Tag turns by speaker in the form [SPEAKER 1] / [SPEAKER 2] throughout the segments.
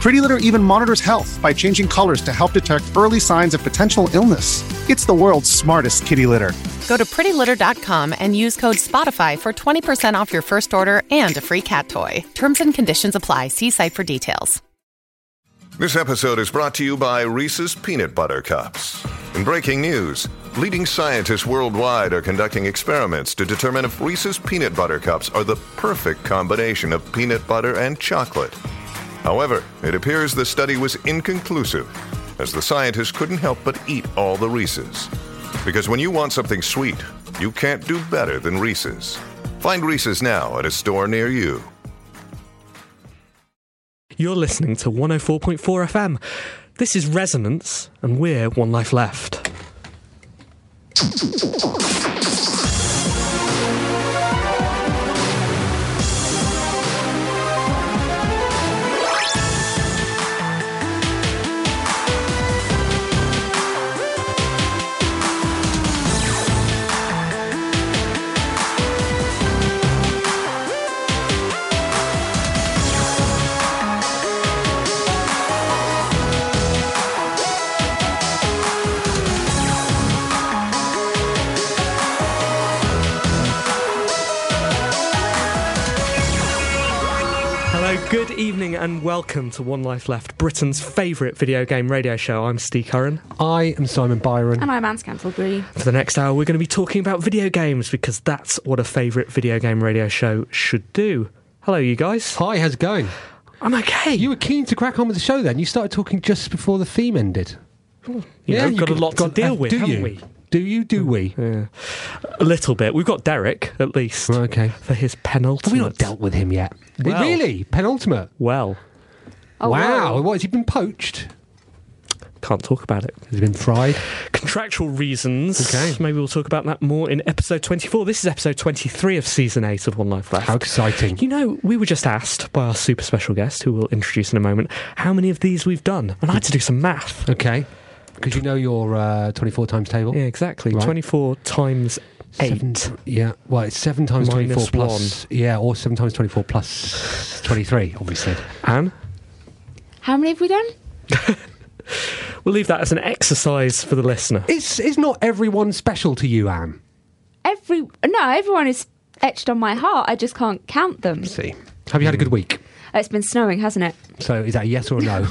[SPEAKER 1] Pretty Litter even monitors health by changing colors to help detect early signs of potential illness. It's the world's smartest kitty litter.
[SPEAKER 2] Go to prettylitter.com and use code Spotify for 20% off your first order and a free cat toy. Terms and conditions apply. See site for details.
[SPEAKER 3] This episode is brought to you by Reese's Peanut Butter Cups. In breaking news, leading scientists worldwide are conducting experiments to determine if Reese's Peanut Butter Cups are the perfect combination of peanut butter and chocolate. However, it appears the study was inconclusive, as the scientists couldn't help but eat all the Reese's. Because when you want something sweet, you can't do better than Reese's. Find Reese's now at a store near you.
[SPEAKER 4] You're listening to 104.4 FM. This is Resonance, and we're One Life Left. Hello, good evening, and welcome to One Life Left, Britain's favourite video game radio show. I'm Steve Curran.
[SPEAKER 5] I am Simon Byron.
[SPEAKER 6] And I'm Anne Scantlebury.
[SPEAKER 4] For the next hour, we're going to be talking about video games because that's what a favourite video game radio show should do. Hello, you guys.
[SPEAKER 5] Hi, how's it going?
[SPEAKER 4] I'm okay.
[SPEAKER 5] You were keen to crack on with the show then. You started talking just before the theme ended.
[SPEAKER 4] Hmm. You know,
[SPEAKER 5] you
[SPEAKER 4] got a
[SPEAKER 5] could-
[SPEAKER 4] lot to
[SPEAKER 5] got-
[SPEAKER 4] deal
[SPEAKER 5] uh,
[SPEAKER 4] with,
[SPEAKER 5] do
[SPEAKER 4] haven't
[SPEAKER 5] you?
[SPEAKER 4] we? Hmm.
[SPEAKER 5] Do you? Do we?
[SPEAKER 4] A little bit. We've got Derek, at least.
[SPEAKER 5] Well, okay.
[SPEAKER 4] For his penultimate.
[SPEAKER 5] We've not dealt with him yet.
[SPEAKER 4] Well.
[SPEAKER 5] Really? Penultimate?
[SPEAKER 4] Well,
[SPEAKER 6] Oh,
[SPEAKER 5] wow.
[SPEAKER 6] wow.
[SPEAKER 5] What, has he been poached?
[SPEAKER 4] can't talk about it.
[SPEAKER 5] Has he been fried?
[SPEAKER 4] Contractual reasons.
[SPEAKER 5] Okay.
[SPEAKER 4] Maybe we'll talk about that more in episode 24. This is episode 23 of season 8 of One Life Left.
[SPEAKER 5] How exciting.
[SPEAKER 4] You know, we were just asked by our super special guest, who we'll introduce in a moment, how many of these we've done. And I had to do some math.
[SPEAKER 5] Okay. Because you know your uh, 24 times table?
[SPEAKER 4] Yeah, exactly.
[SPEAKER 5] Right.
[SPEAKER 4] 24 times 8.
[SPEAKER 5] Seven, yeah. Well, it's 7 times
[SPEAKER 4] Minus
[SPEAKER 5] 24 plus. Yeah, or 7 times 24 plus 23, obviously.
[SPEAKER 4] Anne,
[SPEAKER 6] How many have we done?
[SPEAKER 4] we'll leave that as an exercise for the listener.
[SPEAKER 5] It's, it's not everyone special to you, Anne.
[SPEAKER 6] Every no, everyone is etched on my heart. I just can't count them.
[SPEAKER 5] See. Have you had a good week?
[SPEAKER 6] It's been snowing, hasn't it?
[SPEAKER 5] So is that a yes or a no?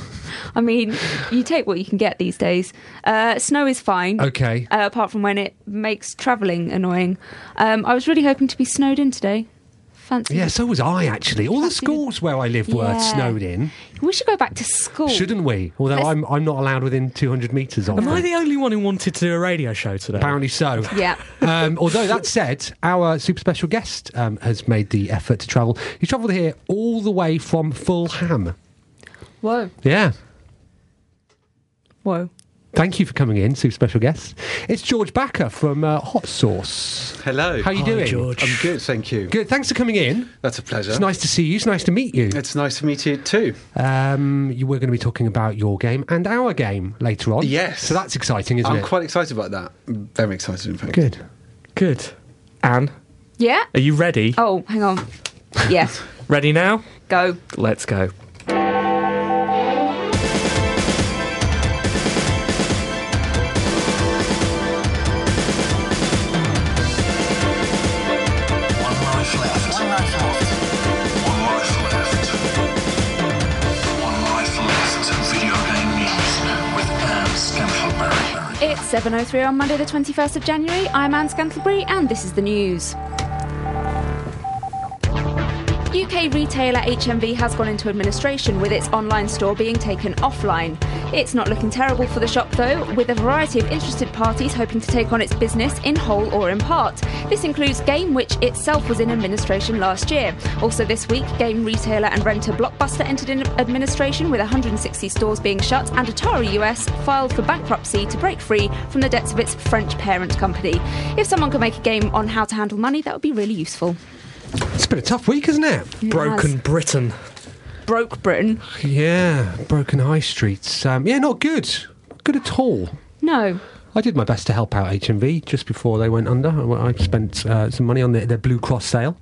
[SPEAKER 6] I mean, you take what you can get these days. Uh, snow is fine.
[SPEAKER 5] okay.
[SPEAKER 6] Uh, apart from when it makes travelling annoying. Um, I was really hoping to be snowed in today. Fancy.
[SPEAKER 5] Yeah, so was I actually. All the
[SPEAKER 6] That's good.
[SPEAKER 5] schools where I live were
[SPEAKER 6] Yeah.
[SPEAKER 5] snowed in,
[SPEAKER 6] We should go back to school.
[SPEAKER 5] shouldn't we? Although
[SPEAKER 6] Let's-
[SPEAKER 5] I'm I'm not allowed within 200 metres of
[SPEAKER 4] Am I
[SPEAKER 5] them.
[SPEAKER 4] the only one who wanted to do a radio show today?
[SPEAKER 5] Apparently so.
[SPEAKER 6] Yeah.
[SPEAKER 5] Um, although that said, our super special guest um, has made the effort to travel. He travelled here all the way from Fulham.
[SPEAKER 6] Whoa.
[SPEAKER 5] Yeah.
[SPEAKER 6] Whoa.
[SPEAKER 5] Thank you for coming in, super special guest. It's George Backer from uh, Hot Sauce.
[SPEAKER 7] Hello.
[SPEAKER 5] How are you
[SPEAKER 4] Hi,
[SPEAKER 5] doing?
[SPEAKER 4] George.
[SPEAKER 7] I'm good, thank you.
[SPEAKER 5] Good. Thanks for coming in.
[SPEAKER 7] That's a pleasure.
[SPEAKER 5] It's nice to see you. It's nice to meet you.
[SPEAKER 7] It's nice to meet you too.
[SPEAKER 5] Um, you were going to be talking about your game and our game later on.
[SPEAKER 7] Yes.
[SPEAKER 5] So that's exciting, isn't
[SPEAKER 7] I'm
[SPEAKER 5] it?
[SPEAKER 7] quite excited about that. Very excited, in fact.
[SPEAKER 5] Good.
[SPEAKER 4] Good. Anne,
[SPEAKER 6] Yeah.
[SPEAKER 4] are you ready?
[SPEAKER 6] Oh, hang on. Yeah.
[SPEAKER 4] Ready now?
[SPEAKER 6] go.
[SPEAKER 4] Let's go.
[SPEAKER 8] One life left. One life left. One life left. One life left. Video game news with Anne Scantleberry.
[SPEAKER 6] It's 7.03 on Monday the 21st of January. I'm Anne Scantlebury and this is the news. UK retailer HMV has gone into administration with its online store being taken offline. It's not looking terrible for the shop though, with a variety of interested parties hoping to take on its business in whole or in part. This includes Game, which itself was in administration last year. Also this week, game retailer and renter Blockbuster entered in administration with 160 stores being shut, and Atari US filed for bankruptcy to break free from the debts of its French parent company. If someone could make a game on how to handle money, that would be really useful.
[SPEAKER 5] It's been a tough week, isn't it?
[SPEAKER 6] It
[SPEAKER 4] Broken
[SPEAKER 6] has.
[SPEAKER 4] Britain.
[SPEAKER 6] broke Britain.
[SPEAKER 5] Yeah, broken high streets. Um, yeah, not good. Not Good at all.
[SPEAKER 6] No.
[SPEAKER 5] I did my best to help out HMV just before they went under. I I spent uh, some money on their, their Blue Cross sale.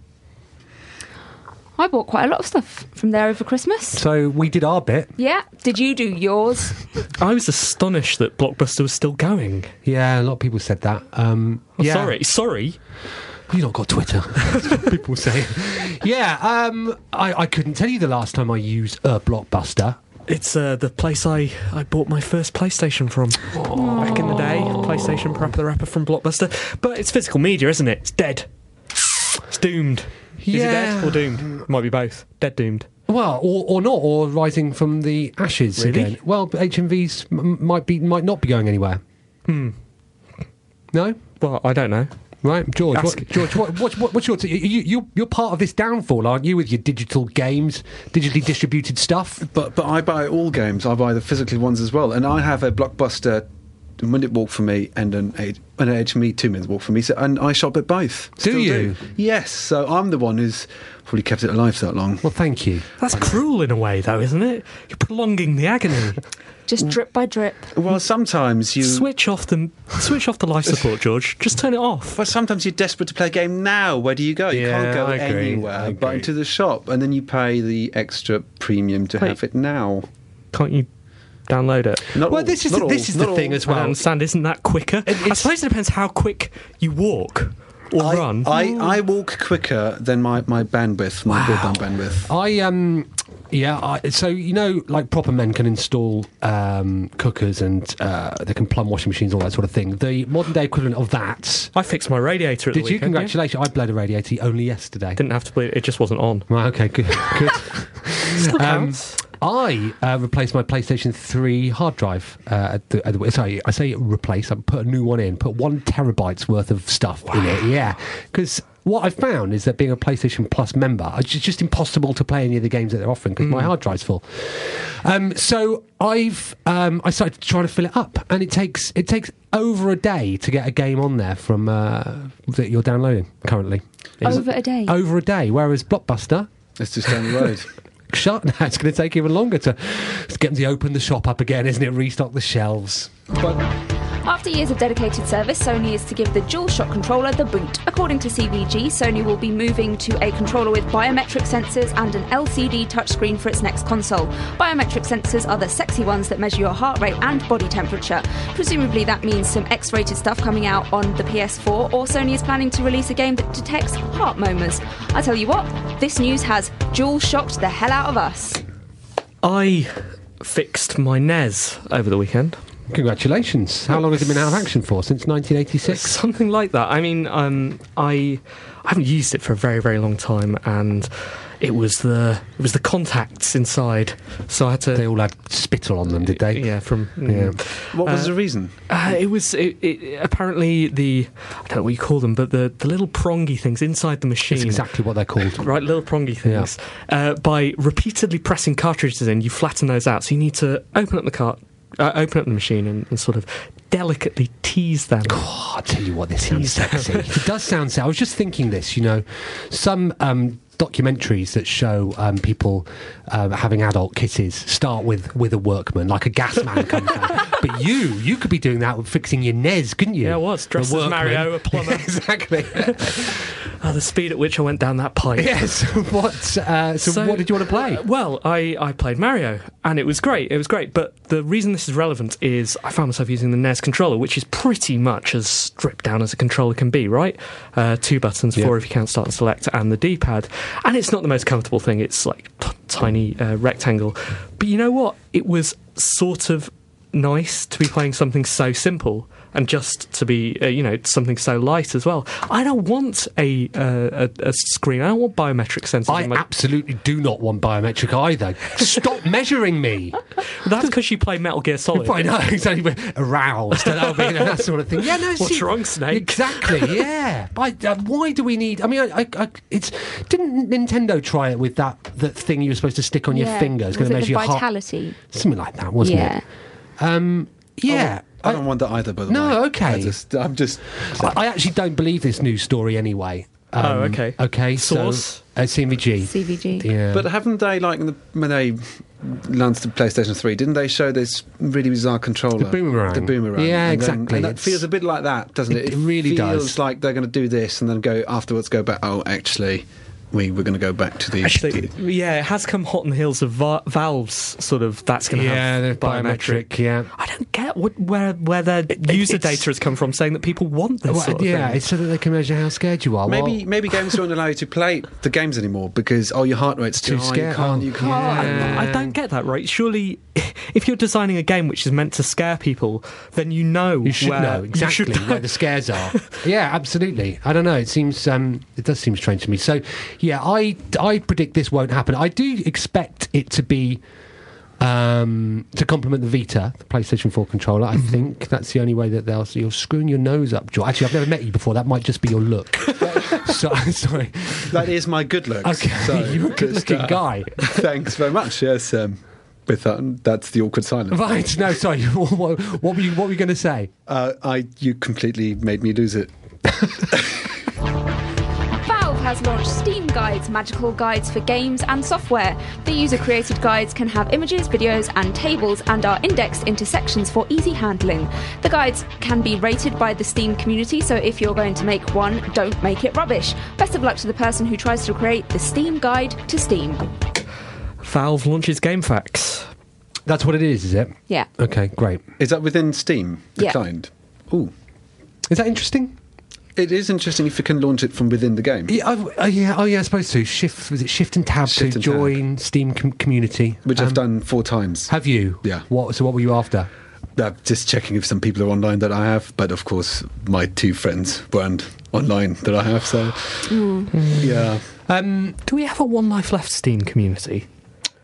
[SPEAKER 6] I bought quite a lot of stuff from there over Christmas.
[SPEAKER 5] So we did our bit.
[SPEAKER 6] Yeah. Did you do yours?
[SPEAKER 4] I was astonished that Blockbuster was still going. Oh,
[SPEAKER 5] Yeah, a lot of people said that. Um,
[SPEAKER 7] Oh,
[SPEAKER 5] yeah.
[SPEAKER 4] Sorry, sorry.
[SPEAKER 5] You don't got Twitter. people say. Yeah, um, I, I couldn't tell you the last time I used a blockbuster.
[SPEAKER 4] It's uh, the place I, I bought my first PlayStation from back in the day. PlayStation Parappa the Rapper from Blockbuster. But it's physical media, isn't it? It's dead. It's doomed. Is it dead
[SPEAKER 5] Yeah.
[SPEAKER 4] or doomed? Might be both. Dead doomed.
[SPEAKER 5] Well, or, or not, or rising from the ashes
[SPEAKER 4] Really?
[SPEAKER 5] again. Well, HMVs m- might be might not be going anywhere. Hmm. No.
[SPEAKER 4] Well, I don't know.
[SPEAKER 5] Right, George. What,
[SPEAKER 4] Ask-
[SPEAKER 5] George, what, what, what, what's your? T- you, you, you're part of this downfall, aren't you? With your digital games, digitally distributed stuff.
[SPEAKER 7] But but I buy all games. I buy the physical ones as well. And I have a blockbuster a minute walk for me and an H- an HME two minutes walk for me. So and I shop at both.
[SPEAKER 5] Do you?
[SPEAKER 7] Yes. So I'm the one who's probably kept it alive that long.
[SPEAKER 5] Well, thank you.
[SPEAKER 4] That's cruel in a way, though, isn't it? You're prolonging the agony.
[SPEAKER 6] Just drip by drip.
[SPEAKER 7] Well, sometimes you.
[SPEAKER 4] switch off the switch off the life support, George. Just turn it off.
[SPEAKER 7] But sometimes you're desperate to play a game now. Where do you go? You
[SPEAKER 5] Yeah,
[SPEAKER 7] can't go
[SPEAKER 5] I agree, I
[SPEAKER 7] anywhere
[SPEAKER 5] agree.
[SPEAKER 7] but into the shop, and then you pay the extra premium to
[SPEAKER 4] Wait.
[SPEAKER 7] have it now.
[SPEAKER 4] Can't you download it?
[SPEAKER 7] Not
[SPEAKER 5] Well,
[SPEAKER 7] all,
[SPEAKER 5] this is
[SPEAKER 7] not
[SPEAKER 5] the,
[SPEAKER 7] all,
[SPEAKER 5] this is
[SPEAKER 7] not
[SPEAKER 5] the thing
[SPEAKER 7] all.
[SPEAKER 5] as well.
[SPEAKER 4] I understand. Isn't that quicker? I
[SPEAKER 5] it's-
[SPEAKER 4] suppose it depends how quick you walk or
[SPEAKER 7] I,
[SPEAKER 4] run.
[SPEAKER 7] I, I walk quicker than my, my bandwidth, my broadband bandwidth.
[SPEAKER 5] I um yeah I, so you know like proper men can install um, cookers and uh, they can plumb washing machines all that sort of thing. The modern day equivalent of that.
[SPEAKER 4] I fixed my radiator at
[SPEAKER 5] Did
[SPEAKER 4] the
[SPEAKER 5] you?
[SPEAKER 4] weekend. yeah.
[SPEAKER 5] Congratulations! I blowed a radiator only yesterday.
[SPEAKER 4] Didn't have to bleed. It just wasn't on.
[SPEAKER 5] Well, okay, good. good.
[SPEAKER 4] Still
[SPEAKER 5] Um,
[SPEAKER 4] counts.
[SPEAKER 5] I uh, replaced my PlayStation 3 hard drive. Uh, at the, at the, sorry, I say replace. I put a new one in. Put one terabyte's worth of stuff in it. Yeah, because what I found is that being a PlayStation Plus member, it's ju- just impossible to play any of the games that they're offering because my hard drive's full. Um, so I've um, I started trying to fill it up, and it takes it takes over a day to get a game on there from uh, that you're downloading currently.
[SPEAKER 6] Over a day.
[SPEAKER 5] Over a day, whereas Blockbuster
[SPEAKER 7] It's just down the road.
[SPEAKER 5] shut now. It's going to take even longer to, to get them to open the shop up again, isn't it? Restock the shelves.
[SPEAKER 6] After years of dedicated service, Sony is to give the DualShock controller the boot. According to CVG, Sony will be moving to a controller with biometric sensors and an LCD touchscreen for its next console. Biometric sensors are the sexy ones that measure your heart rate and body temperature. Presumably, that means some X rated stuff coming out on the PS4, or Sony is planning to release a game that detects heart murmurs. I tell you what, this news has dual shocked the hell out of us.
[SPEAKER 4] I fixed my NES over the weekend.
[SPEAKER 5] Congratulations. How long has it been out of action for? Since 1986?
[SPEAKER 4] Something like that. I mean, um, I I haven't used it for a very very long time, and it was the it was the contacts inside, so I had to.
[SPEAKER 5] They all had spittle on them, did they?
[SPEAKER 4] yeah, from mm.
[SPEAKER 5] Yeah.
[SPEAKER 7] What was the reason?
[SPEAKER 4] Uh,
[SPEAKER 5] Mm.
[SPEAKER 4] it was it, it, apparently the I don't know what you call them, but the, the little prongy things inside the machine.
[SPEAKER 5] That's exactly what they're called.
[SPEAKER 4] Right, little prongy things. Uh, by repeatedly pressing cartridges in, you flatten those out. So you need to open up the cart, uh, open up the machine, and, and sort of delicately tease them.
[SPEAKER 5] Oh, I'll tell you what, this sounds sexy. it does sound sexy. I was just thinking this, you know, some um, documentaries that show um, people um, having adult kisses start with, with a workman, like a gas man comes out. But you, you could be doing that with fixing your Nez, couldn't you?
[SPEAKER 4] Yeah, I was,
[SPEAKER 5] A
[SPEAKER 4] dressed as
[SPEAKER 5] workman.
[SPEAKER 4] Mario, a plumber.
[SPEAKER 5] exactly.
[SPEAKER 4] Oh, the speed at which I went down that pipe.
[SPEAKER 5] Yes. What? Uh, so, what did you want to play?
[SPEAKER 4] uh, well, I, I played Mario, and it was great. It was great. But the reason this is relevant is I found myself using the NES controller, which is pretty much as stripped down as a controller can be, right? Uh, two buttons, four if you count start and select, and the D pad. And it's not the most comfortable thing. It's like t- tiny uh, rectangle. But you know what? It was sort of nice to be playing something so simple. And just to be, uh, you know, something so light as well. I don't want a uh, a, a screen. I don't want biometric sensors.
[SPEAKER 5] I
[SPEAKER 4] on my
[SPEAKER 5] absolutely do not want biometric either. Stop measuring me.
[SPEAKER 4] That's because you play Metal Gear Solid.
[SPEAKER 5] I know exactly. but Aroused, and I'll be, you know, that sort of thing. Yeah, no.
[SPEAKER 4] What's
[SPEAKER 5] see-
[SPEAKER 4] wrong, Snake?
[SPEAKER 5] Exactly. Yeah. I, uh, why do we need? I mean, I, I, I, it's didn't Nintendo try it with that that thing you were supposed to stick on your finger? It's
[SPEAKER 6] Was
[SPEAKER 5] going to
[SPEAKER 6] it
[SPEAKER 5] measure
[SPEAKER 6] the
[SPEAKER 5] your heart-
[SPEAKER 6] vitality?
[SPEAKER 5] Something like that, wasn't
[SPEAKER 6] Yeah.
[SPEAKER 5] it? Yeah.
[SPEAKER 7] Oh, I don't want that either, by the
[SPEAKER 5] No,
[SPEAKER 7] way.
[SPEAKER 5] okay.
[SPEAKER 7] I just, I'm just.
[SPEAKER 5] I, I actually don't believe this news story anyway. Um,
[SPEAKER 4] Oh, okay.
[SPEAKER 5] Okay,
[SPEAKER 4] Source?
[SPEAKER 5] so uh, CMVG.
[SPEAKER 6] CVG.
[SPEAKER 5] yeah.
[SPEAKER 7] But haven't they, like, in the, when they launched the PlayStation 3, didn't they show this really bizarre controller?
[SPEAKER 5] The boomerang.
[SPEAKER 7] The boomerang. And
[SPEAKER 5] Yeah,
[SPEAKER 7] then-
[SPEAKER 5] exactly.
[SPEAKER 7] and that
[SPEAKER 5] It's-
[SPEAKER 7] feels a bit like that, doesn't it?
[SPEAKER 5] It really
[SPEAKER 7] feels
[SPEAKER 5] does.
[SPEAKER 7] like they're going to do this and then go afterwards go back, oh, actually, we were going to go back to the.
[SPEAKER 4] Actually,
[SPEAKER 7] to-
[SPEAKER 4] yeah, it has come hot on the heels of Va- Valve's sort of that's going to
[SPEAKER 5] yeah, they're
[SPEAKER 4] have
[SPEAKER 5] biometric. Yeah.
[SPEAKER 4] I don't get what, where where their user
[SPEAKER 5] it's-
[SPEAKER 4] data has come from saying that people want this.
[SPEAKER 5] Well,
[SPEAKER 4] sort of
[SPEAKER 5] yeah,
[SPEAKER 4] thing.
[SPEAKER 5] it's so that they can measure how scared you are.
[SPEAKER 7] Maybe
[SPEAKER 5] Well,
[SPEAKER 7] maybe games won't allow you to play the games anymore because oh your heart rate's too,
[SPEAKER 5] Too
[SPEAKER 7] high. You
[SPEAKER 5] scared.
[SPEAKER 7] can't.
[SPEAKER 5] Oh,
[SPEAKER 7] You can't.
[SPEAKER 4] I-
[SPEAKER 5] yeah.
[SPEAKER 4] I don't get that right. Surely, if you're designing a game which is meant to scare people, then you know
[SPEAKER 5] you should
[SPEAKER 4] where,
[SPEAKER 5] know
[SPEAKER 4] you should
[SPEAKER 5] exactly where the scares are. yeah, absolutely. I don't know. It seems um, it does seem strange to me. So yeah, I I predict this won't happen. I do expect it to be. Um, to complement the Vita, the PlayStation 4 controller, I think that's the only way that they'll. So you're screwing your nose up, George. Actually, I've never met you before. That might just be your look. so, sorry.
[SPEAKER 7] That is my good looks.
[SPEAKER 5] Okay,
[SPEAKER 7] so
[SPEAKER 5] you're a
[SPEAKER 7] just,
[SPEAKER 5] good-looking
[SPEAKER 7] uh,
[SPEAKER 5] guy.
[SPEAKER 7] Thanks very much. Yes, um, with that, that's the awkward silence.
[SPEAKER 5] Right? No, sorry. what, what, what were you? What were you going to say?
[SPEAKER 7] Uh, I you completely made me lose it.
[SPEAKER 6] Valve has launched Steam Guides, magical guides for games and software. The user created guides can have images, videos, and tables and are indexed into sections for easy handling. The guides can be rated by the Steam community, so if you're going to make one, don't make it rubbish. Best of luck to the person who tries to create the Steam Guide to Steam.
[SPEAKER 4] Valve launches GameFAQs.
[SPEAKER 5] That's what it is, is it?
[SPEAKER 6] Yeah.
[SPEAKER 5] Okay, great.
[SPEAKER 7] Is that within Steam? The
[SPEAKER 6] Yeah.
[SPEAKER 7] client. Ooh,
[SPEAKER 5] Is that interesting?
[SPEAKER 7] it is interesting if you can launch it from within the game,
[SPEAKER 5] Yeah, I've, uh, yeah, oh yeah, I suppose so. Shift was it shift and tab
[SPEAKER 7] Shift
[SPEAKER 5] to
[SPEAKER 7] and tab.
[SPEAKER 5] join Steam com- community,
[SPEAKER 7] which
[SPEAKER 5] Um,
[SPEAKER 7] I've done four times.
[SPEAKER 5] Have you?
[SPEAKER 7] Yeah.
[SPEAKER 5] What? So what were you after?
[SPEAKER 7] Uh, just checking if some people are online that I have, but of course my two friends weren't online that I have. So yeah,
[SPEAKER 5] Um,
[SPEAKER 4] Do we have a One Life Left Steam community?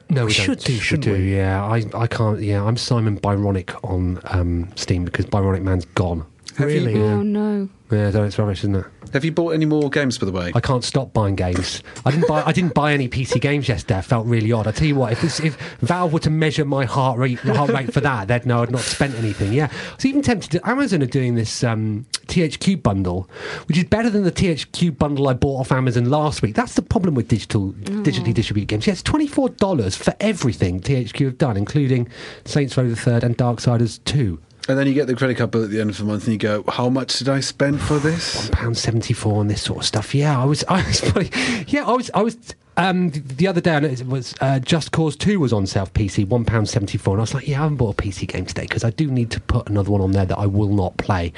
[SPEAKER 5] no,
[SPEAKER 4] We
[SPEAKER 5] we,
[SPEAKER 4] should
[SPEAKER 5] don't.
[SPEAKER 4] do,
[SPEAKER 5] should
[SPEAKER 4] shouldn't
[SPEAKER 5] do.
[SPEAKER 4] we?
[SPEAKER 5] Yeah, I, I can't. Yeah, I'm Simon Byronic on um, Steam because Byronic Man's gone.
[SPEAKER 4] really?
[SPEAKER 6] Oh no.
[SPEAKER 5] Yeah, so it's rubbish, isn't it?
[SPEAKER 7] have you bought any more games by the way?
[SPEAKER 5] I can't stop buying games. I didn't buy. I didn't buy any PC games yesterday. I felt really odd. I tell you what, if, this, if Valve were to measure my heart rate, heart rate for that, they'd know I'd not spent anything. Yeah, I was even tempted. To, Amazon are doing this um, THQ bundle, which is better than the THQ bundle I bought off Amazon last week. That's the problem with digital, digitally distributed games. Yeah, it's twenty four dollars for everything THQ have done, including Saints Row the Third and Darksiders Two.
[SPEAKER 7] And then you get the credit card bill at the end of the month, and you go, "How much did I spend for this?"
[SPEAKER 5] pound seventy four and this sort of stuff. Yeah, I was, I was, probably, yeah, I was, I was. Um, th- the other day, I noticed it was uh, Just Cause Two was on sale for PC, one pound seventy four, and I was like, yeah, I haven't bought a PC game today because I do need to put another one on there that I will not play.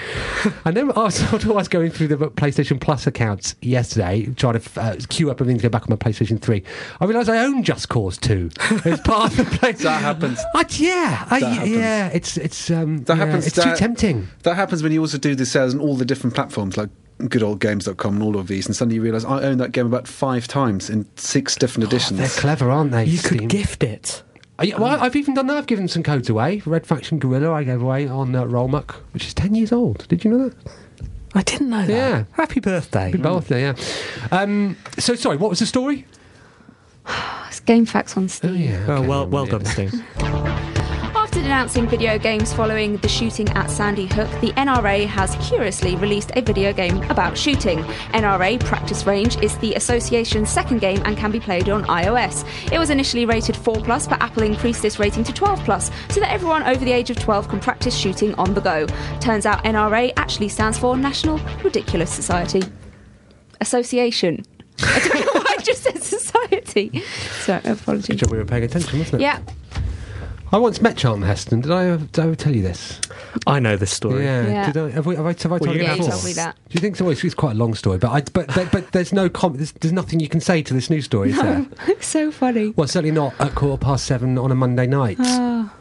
[SPEAKER 5] and then I was, I was going through the PlayStation Plus accounts yesterday, trying to uh, queue up everything to go back on my PlayStation Three. I realised I own Just Cause Two. It's part of the play.
[SPEAKER 7] That happens.
[SPEAKER 5] I, yeah, I,
[SPEAKER 7] That happens.
[SPEAKER 5] yeah, it's it's um,
[SPEAKER 7] That
[SPEAKER 5] yeah,
[SPEAKER 7] happens.
[SPEAKER 5] It's
[SPEAKER 7] that,
[SPEAKER 5] too tempting.
[SPEAKER 7] That happens when you also do the sales on all the different platforms, like good old games.com and all of these, and suddenly you realise I own that game about five times in six different editions.
[SPEAKER 5] They're clever, aren't they?
[SPEAKER 4] You
[SPEAKER 5] Steam?
[SPEAKER 4] could gift it.
[SPEAKER 5] Uh, yeah, well, I've even done that. I've given some codes away. Red Faction Gorilla I gave away on uh, Rollmuck, which is 10 years old. Did you know that?
[SPEAKER 4] I didn't know that.
[SPEAKER 5] Yeah.
[SPEAKER 4] Happy birthday.
[SPEAKER 5] Oh. Happy birthday, yeah. Um, so, sorry, what was the story?
[SPEAKER 6] It's game facts on Steam.
[SPEAKER 5] Oh, yeah.
[SPEAKER 4] Oh,
[SPEAKER 5] okay,
[SPEAKER 4] well,
[SPEAKER 5] um,
[SPEAKER 4] well
[SPEAKER 5] yeah.
[SPEAKER 4] done, Steam.
[SPEAKER 6] After denouncing video games following the shooting at Sandy Hook, the NRA has curiously released a video game about shooting. NRA Practice Range is the association's second game and can be played on iOS. It was initially rated 4 plus, but Apple increased this rating to 12 plus so that everyone over the age of 12 can practice shooting on the go. Turns out NRA actually stands for National Ridiculous Society Association. I don't know why I just said society. So
[SPEAKER 5] Good
[SPEAKER 6] apologies.
[SPEAKER 5] job we were paying attention, wasn't it?
[SPEAKER 6] Yeah.
[SPEAKER 5] I once met Charlton Heston. Did I, ever- did I ever tell you this?
[SPEAKER 4] I know this story.
[SPEAKER 5] Yeah.
[SPEAKER 6] Yeah.
[SPEAKER 5] Did I, have, we, have I, have I told
[SPEAKER 4] you're
[SPEAKER 5] you
[SPEAKER 4] gonna
[SPEAKER 5] that
[SPEAKER 6] Yeah,
[SPEAKER 4] have
[SPEAKER 6] you
[SPEAKER 4] to
[SPEAKER 5] before?
[SPEAKER 6] told me that.
[SPEAKER 5] Do you think so? Well, It's, it's quite a long story, but I, but, but, but there's no com- there's, there's nothing you can say to this news story, is there?
[SPEAKER 6] so funny.
[SPEAKER 5] Well, certainly not at quarter past seven on a Monday night.
[SPEAKER 4] Oh.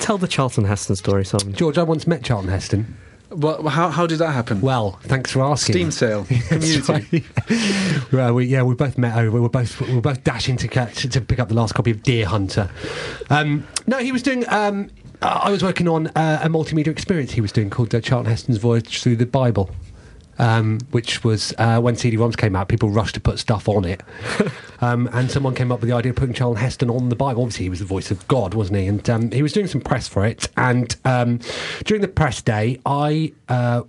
[SPEAKER 4] Tell the Charlton Heston story, Simon.
[SPEAKER 5] George, I once met Charlton Heston.
[SPEAKER 7] Well, how, how did that happen?
[SPEAKER 5] Well, thanks for asking.
[SPEAKER 7] Steam sale, community.
[SPEAKER 5] Right, we, yeah, we both met over. We were both we were both dashing to catch to pick up the last copy of Deer Hunter. Um, no, he was doing. Um, I I was working on uh, a multimedia experience he was doing called uh, Charlton Heston's Voyage Through the Bible. Um, which was uh, when CD-ROMs came out, people rushed to put stuff on it, um, and someone came up with the idea of putting Charlton Heston on the Bible. Obviously, he was the voice of God, wasn't he? And um, he was doing some press for it. And um, during the press day, I uh,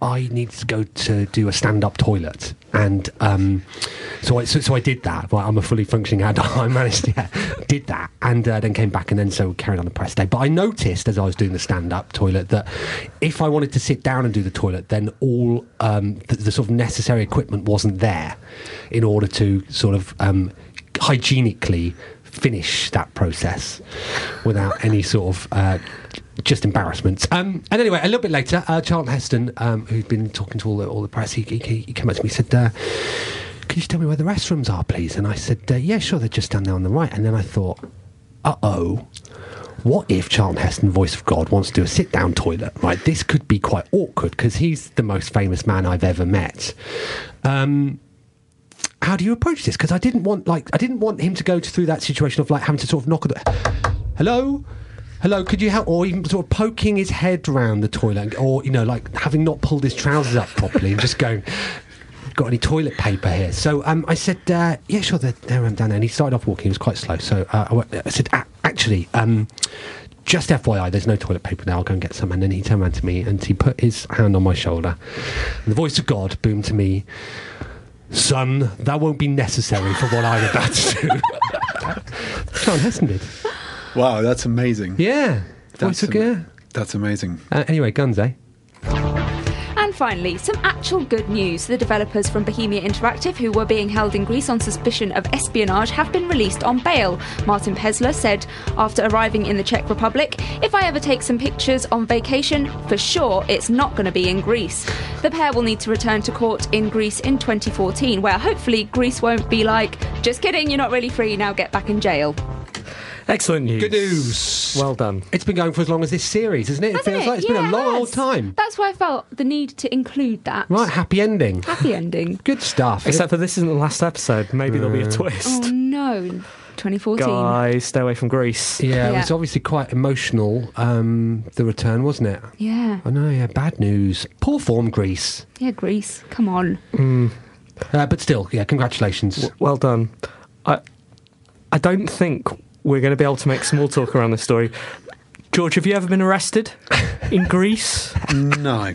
[SPEAKER 5] I needed to go to do a stand-up toilet, and um, so I so, so I did that. Well, I'm a fully functioning adult. I managed to yeah, did that, and uh, then came back, and then so carried on the press day. But I noticed as I was doing the stand-up toilet that if I wanted to sit down and do the toilet, then all um, the, the sort of necessary equipment wasn't there in order to sort of um, hygienically finish that process without any sort of uh, just embarrassment. Um, and anyway, a little bit later, uh, Charlton Heston, um, who'd been talking to all the, all the press, he, he, he came up to me and said, uh, Could you tell me where the restrooms are, please? And I said, uh, Yeah, sure, they're just down there on the right. And then I thought, Uh oh. What if Charlton Heston, voice of God, wants to do a sit down toilet? Right, this could be quite awkward because he's the most famous man I've ever met. Um, how do you approach this? Because I didn't want like I didn't want him to go through that situation of like having to sort of knock on the hello. Hello, could you help? Or even sort of poking his head round the toilet, or you know, like having not pulled his trousers up properly, and just going, "Got any toilet paper here?" So um, I said, uh, "Yeah, sure, they're, they're um, down there." And he started off walking; he was quite slow. So uh, I went- I said, "A- "Actually, um, just FYI, there's no toilet paper now. I'll go and get some." And then he turned around to me and he put his hand on my shoulder. And the voice of God boomed to me, Son, that won't be necessary for what I'm about to do. John Heston did.
[SPEAKER 7] Wow, that's amazing.
[SPEAKER 5] Yeah.
[SPEAKER 7] That's,
[SPEAKER 5] Voice of-
[SPEAKER 7] am-
[SPEAKER 5] yeah.
[SPEAKER 7] that's amazing.
[SPEAKER 5] Uh, anyway, guns, eh?
[SPEAKER 6] And finally, some actual good news. The developers from Bohemia Interactive, who were being held in Greece on suspicion of espionage, have been released on bail. Martin Pesler said after arriving in the Czech Republic, If I ever take some pictures on vacation, for sure it's not going to be in Greece. The pair will need to return to court in Greece in 2014, where hopefully Greece won't be like, Just kidding, you're not really free, now get back in jail.
[SPEAKER 4] Excellent news.
[SPEAKER 5] Good news.
[SPEAKER 4] Well done.
[SPEAKER 5] It's been going for as long as this series, isn't it? It
[SPEAKER 6] Hasn't
[SPEAKER 5] feels like it's
[SPEAKER 6] Yeah,
[SPEAKER 5] been a
[SPEAKER 6] it
[SPEAKER 5] long
[SPEAKER 6] has.
[SPEAKER 5] old time.
[SPEAKER 6] That's why I felt the need to include that.
[SPEAKER 5] Right, happy ending.
[SPEAKER 6] Happy ending.
[SPEAKER 5] Good stuff.
[SPEAKER 4] Except for this isn't the last episode. Maybe there'll be a
[SPEAKER 6] Oh
[SPEAKER 4] twist.
[SPEAKER 6] no, 2014.
[SPEAKER 4] Guys, stay away from Greece.
[SPEAKER 5] yeah, it
[SPEAKER 6] Yeah.
[SPEAKER 5] was obviously quite emotional, um, the return, wasn't it?
[SPEAKER 6] Yeah.
[SPEAKER 5] I know, yeah, bad news. Poor form, Greece.
[SPEAKER 6] Yeah, Greece. Come on.
[SPEAKER 5] Uh, but still, yeah, congratulations.
[SPEAKER 4] Well done. I I don't think we're going to be able to make small talk around this story. George, have you ever been arrested in Greece?
[SPEAKER 7] No.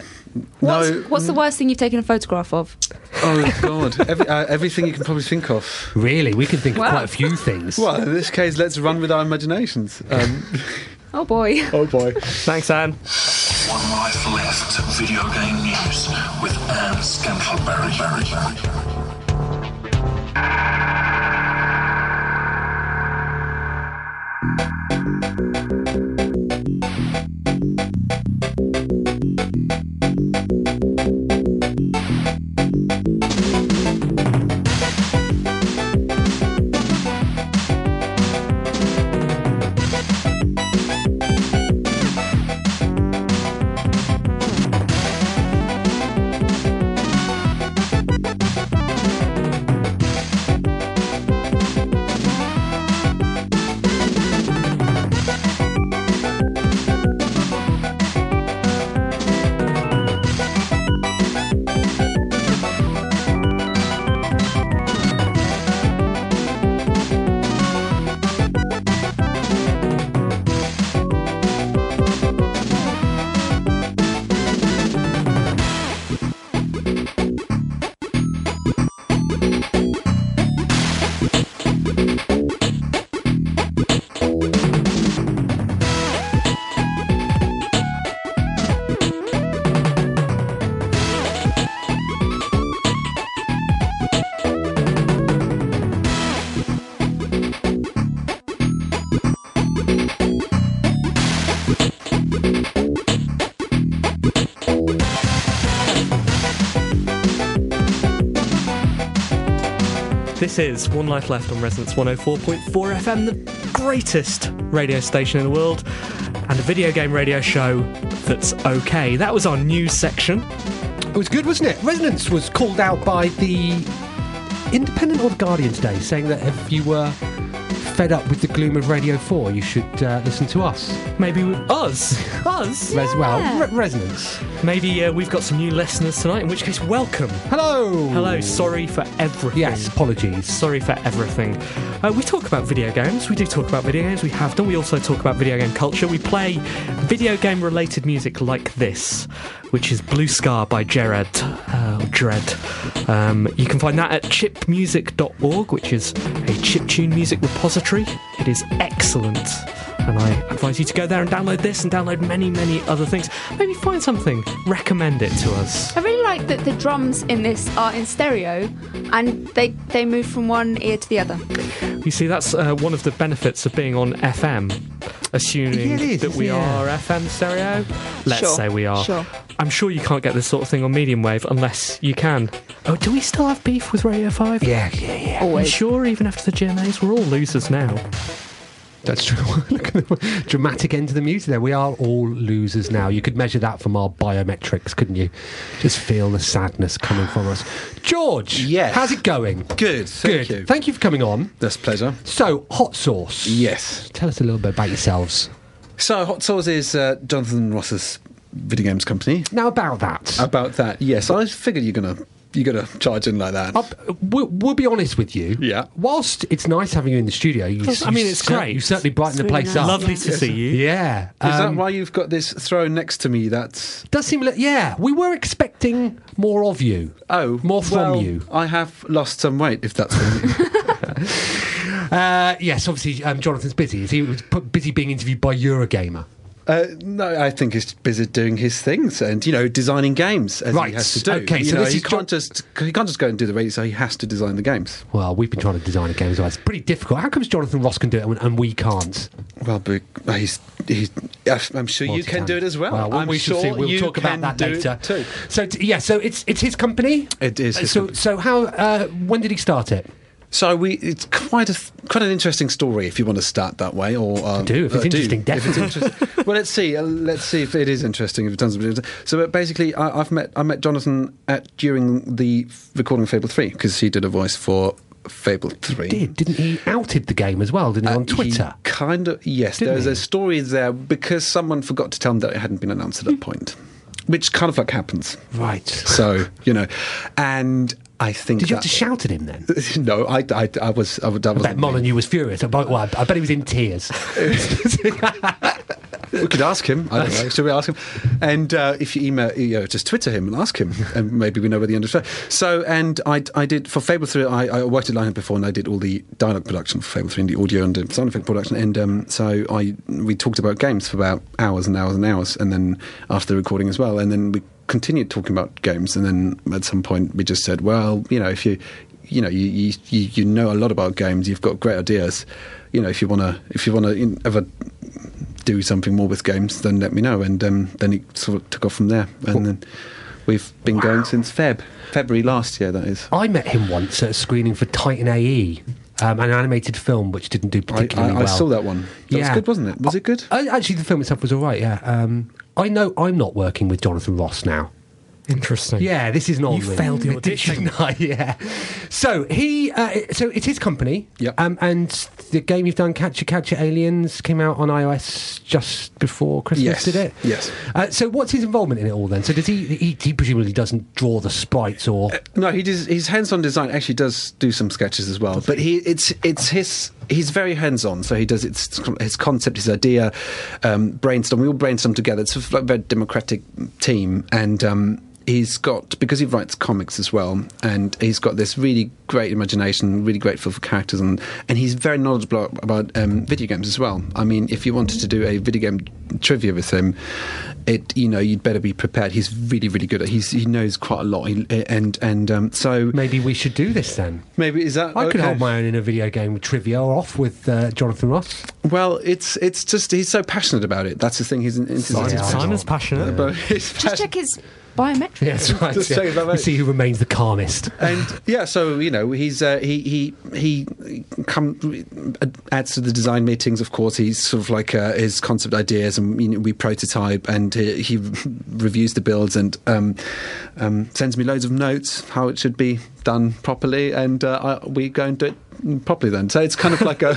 [SPEAKER 6] What's,
[SPEAKER 7] No.
[SPEAKER 6] what's the worst thing you've taken a photograph of?
[SPEAKER 7] Oh, God. Every, uh, everything you can probably think of.
[SPEAKER 5] Really, we can think
[SPEAKER 6] Wow.
[SPEAKER 5] of quite a few things.
[SPEAKER 7] Well, in this case, let's run with our imaginations. Um,
[SPEAKER 6] Oh boy.
[SPEAKER 7] oh, boy.
[SPEAKER 4] Thanks, Anne.
[SPEAKER 8] One life left. Video game news with Anne Scantleberry.
[SPEAKER 4] This is One oh Life Left on Resonance 104.4 FM, the greatest radio station in the world, and a video game radio show that's okay. That was our news section.
[SPEAKER 5] It was good, wasn't it? Resonance was called out by the Independent or the Guardian today, saying that if you were fed up with the gloom of Radio 4, you should uh, listen to us.
[SPEAKER 4] Maybe we, us, us.
[SPEAKER 5] Res- well,
[SPEAKER 6] Yeah.
[SPEAKER 5] re- Resonance.
[SPEAKER 4] Maybe uh, we've got some new listeners tonight. In which case, welcome.
[SPEAKER 5] Hello!
[SPEAKER 4] Hello. Sorry for everything.
[SPEAKER 5] Yes, apologies.
[SPEAKER 4] Sorry for everything. Uh, we talk about video games. We do talk about video games. We have done. We also talk about video game culture. We play video game related music like this, which is Blue Scar by Jared. Uh, Jared. Um, you can find that at chipmusic.org, which is a chiptune music repository. It is excellent. And I advise you to go there and download this and download many, many other things. Maybe find something, recommend it to us.
[SPEAKER 6] I really like that the drums in this are in stereo and they, they move from one ear to the other.
[SPEAKER 4] You see, that's uh, one of the benefits of being on FM. Assuming
[SPEAKER 5] Yeah, it is,
[SPEAKER 4] that we
[SPEAKER 5] yeah.
[SPEAKER 4] are FM stereo, let's
[SPEAKER 6] Sure,
[SPEAKER 4] say we are.
[SPEAKER 6] sure.
[SPEAKER 4] I'm sure you can't get this sort of thing on medium wave unless you can. Oh, do we still have beef with Radio Five? Oh.
[SPEAKER 5] Yeah, yeah, yeah.
[SPEAKER 4] Are you
[SPEAKER 6] Always.
[SPEAKER 4] sure? Even after the GMAs, we're all losers now.
[SPEAKER 5] That's true. Look at the dramatic end to the music there. We are all losers now. You could measure that from our biometrics, couldn't you? Just feel the sadness coming from us. George,
[SPEAKER 7] Yes.
[SPEAKER 5] how's it going?
[SPEAKER 7] Good, thank
[SPEAKER 5] Good.
[SPEAKER 7] you.
[SPEAKER 5] Thank you for coming on.
[SPEAKER 7] That's a pleasure.
[SPEAKER 5] So, hot sauce.
[SPEAKER 7] Yes.
[SPEAKER 5] Tell us a little bit about yourselves.
[SPEAKER 7] So, Hot Sauce is uh, Jonathan Ross's video games company.
[SPEAKER 5] Now about that.
[SPEAKER 7] About that, yes, I figured you're gonna you're gonna charge in like that.
[SPEAKER 5] I'll, we'll, we'll be honest with you.
[SPEAKER 7] Yeah.
[SPEAKER 5] Whilst it's nice having you in the studio, you,
[SPEAKER 4] I mean, it's
[SPEAKER 5] cer-
[SPEAKER 4] great.
[SPEAKER 5] You certainly brighten the
[SPEAKER 6] really
[SPEAKER 5] place
[SPEAKER 6] nice.
[SPEAKER 5] up.
[SPEAKER 4] Lovely to
[SPEAKER 6] Yes.
[SPEAKER 4] see you.
[SPEAKER 5] Yeah.
[SPEAKER 7] is that
[SPEAKER 5] Um,
[SPEAKER 7] why you've got this throne next to me? That's
[SPEAKER 5] Does seem like yeah. We were expecting more of you.
[SPEAKER 7] oh,
[SPEAKER 5] more from
[SPEAKER 7] well,
[SPEAKER 5] you.
[SPEAKER 7] I have lost some weight, if that's what you mean.
[SPEAKER 5] Uh, yes, obviously, um, Jonathan's busy. Is he was pu- busy being interviewed by Eurogamer?
[SPEAKER 7] uh, no, I think he's busy doing his things and you know designing games as
[SPEAKER 5] Right,
[SPEAKER 7] he has to do.
[SPEAKER 5] okay,
[SPEAKER 7] you
[SPEAKER 5] so
[SPEAKER 7] know,
[SPEAKER 5] this
[SPEAKER 7] he
[SPEAKER 5] is Jo-
[SPEAKER 7] can't just he can't just go and do the radio. So he has to design the games.
[SPEAKER 5] Well, we've been trying to design a game as well. It's pretty difficult. How comes Jonathan Ross can do it and, and we can't?
[SPEAKER 7] Well, but he's, he's I'm sure you can do it as well. I'm
[SPEAKER 5] we shall
[SPEAKER 7] sure
[SPEAKER 5] see. We'll
[SPEAKER 7] you
[SPEAKER 5] talk
[SPEAKER 7] can
[SPEAKER 5] about that
[SPEAKER 7] do it
[SPEAKER 5] later.
[SPEAKER 7] too.
[SPEAKER 5] So t- yeah, so it's it's his company.
[SPEAKER 7] It is his
[SPEAKER 5] so
[SPEAKER 7] company.
[SPEAKER 5] so how uh, when did he start it?
[SPEAKER 7] So we, it's quite a th- quite an interesting story if you want to start that way, or um,
[SPEAKER 5] do, if it's
[SPEAKER 7] uh,
[SPEAKER 5] interesting,
[SPEAKER 7] If it's interesting. well, let's see. Uh, let's see if it is interesting. If it doesn't. be interesting. So uh, basically, I, I've met I met Jonathan at during the f- recording of Fable Three because he did a voice for Fable Three.
[SPEAKER 5] Did didn't he outed the game as well? Didn't he
[SPEAKER 7] Uh,
[SPEAKER 5] on Twitter?
[SPEAKER 7] he kind of yes.
[SPEAKER 5] Didn't
[SPEAKER 7] there's
[SPEAKER 5] he?
[SPEAKER 7] a story there because someone forgot to tell him that it hadn't been announced at that point, which kind of like happens.
[SPEAKER 5] Right.
[SPEAKER 7] So you know, and I think
[SPEAKER 5] Did you
[SPEAKER 7] that-
[SPEAKER 5] have to shout at him then?
[SPEAKER 7] No, I, I, I was I, was- that
[SPEAKER 5] I bet
[SPEAKER 7] wasn't me.
[SPEAKER 5] Molyneux was furious. I bet, well, I- I bet he was in tears.
[SPEAKER 7] We could ask him. I don't know. Should we ask him? And uh, if you email, you know, just Twitter him and ask him, and maybe we know where the end of the show. So, and I, I did for Fable Three. I, I worked at Lionhead before, and I did all the dialogue production for Fable Three, and the audio and the sound effect production. And um, so I we talked about games for about hours and hours and hours, and then after the recording as well, and then we continued talking about games, and then at some point we just said, well, you know, if you you know you, you you you know a lot about games you've got great ideas you know if you want to if you want to ever do something more with games then let me know and um, then it sort of took off from there and then we've been going since feb february last year that is
[SPEAKER 5] I met him once at a screening for Titan AE, um, an animated film which didn't do
[SPEAKER 7] I, I,
[SPEAKER 5] particularly well.
[SPEAKER 7] I saw that one that was good wasn't it was it good
[SPEAKER 5] I, actually, the film itself was all right. Yeah. Um, I know I'm not working with Jonathan Ross now.
[SPEAKER 4] Interesting.
[SPEAKER 5] Yeah, this is not.
[SPEAKER 4] You
[SPEAKER 5] really-
[SPEAKER 4] failed your
[SPEAKER 5] Did you
[SPEAKER 4] audition.
[SPEAKER 5] not? yeah. So he, uh, so it's his company.
[SPEAKER 7] Yep.
[SPEAKER 5] Um, and the game you've done, Catcher Catcher Aliens, came out on iOS just before Christmas.
[SPEAKER 7] Yes.
[SPEAKER 5] Did it?
[SPEAKER 7] Yes.
[SPEAKER 5] Uh, so what's his involvement in it all then? So does he? He, he presumably doesn't draw the sprites or.
[SPEAKER 7] No, he does. His hands-on design actually does do some sketches as well, but he it's it's his he's very hands-on. So he does it's his concept, his idea, um, brainstorm. We all brainstorm together. It's a very democratic team, and um, he's got because he writes comics as well, and he's got this really great imagination, really great feel for characters, and and he's very knowledgeable about um, video games as well. I mean, if you wanted to do a video game trivia with him, it you know you'd better be prepared. He's really really good at he's he knows quite a lot, he, and and um, so
[SPEAKER 5] Maybe we should do this then.
[SPEAKER 7] maybe is that
[SPEAKER 5] I could
[SPEAKER 7] okay?
[SPEAKER 5] hold my own in a video game with trivia or off with uh, Jonathan Ross.
[SPEAKER 7] Well, it's it's just he's so passionate about it. That's the thing. He's an he's an-
[SPEAKER 5] Yeah, I
[SPEAKER 4] Simon's
[SPEAKER 5] know.
[SPEAKER 4] passionate.
[SPEAKER 7] but he's
[SPEAKER 6] Just
[SPEAKER 7] passionate.
[SPEAKER 6] check his biometrics.
[SPEAKER 5] Yes, right.
[SPEAKER 7] Just
[SPEAKER 5] yeah.
[SPEAKER 7] say that,
[SPEAKER 5] We
[SPEAKER 7] mate.
[SPEAKER 5] see who remains the calmest.
[SPEAKER 7] and yeah, so you know, he's uh, he he he come adds to the design meetings. Of course, he's sort of like uh, his concept ideas, and you know, we prototype, and he, he reviews the builds, and um, um, sends me loads of notes how it should be done properly, and uh, I, we go and do it mm, properly then. So it's kind of like a,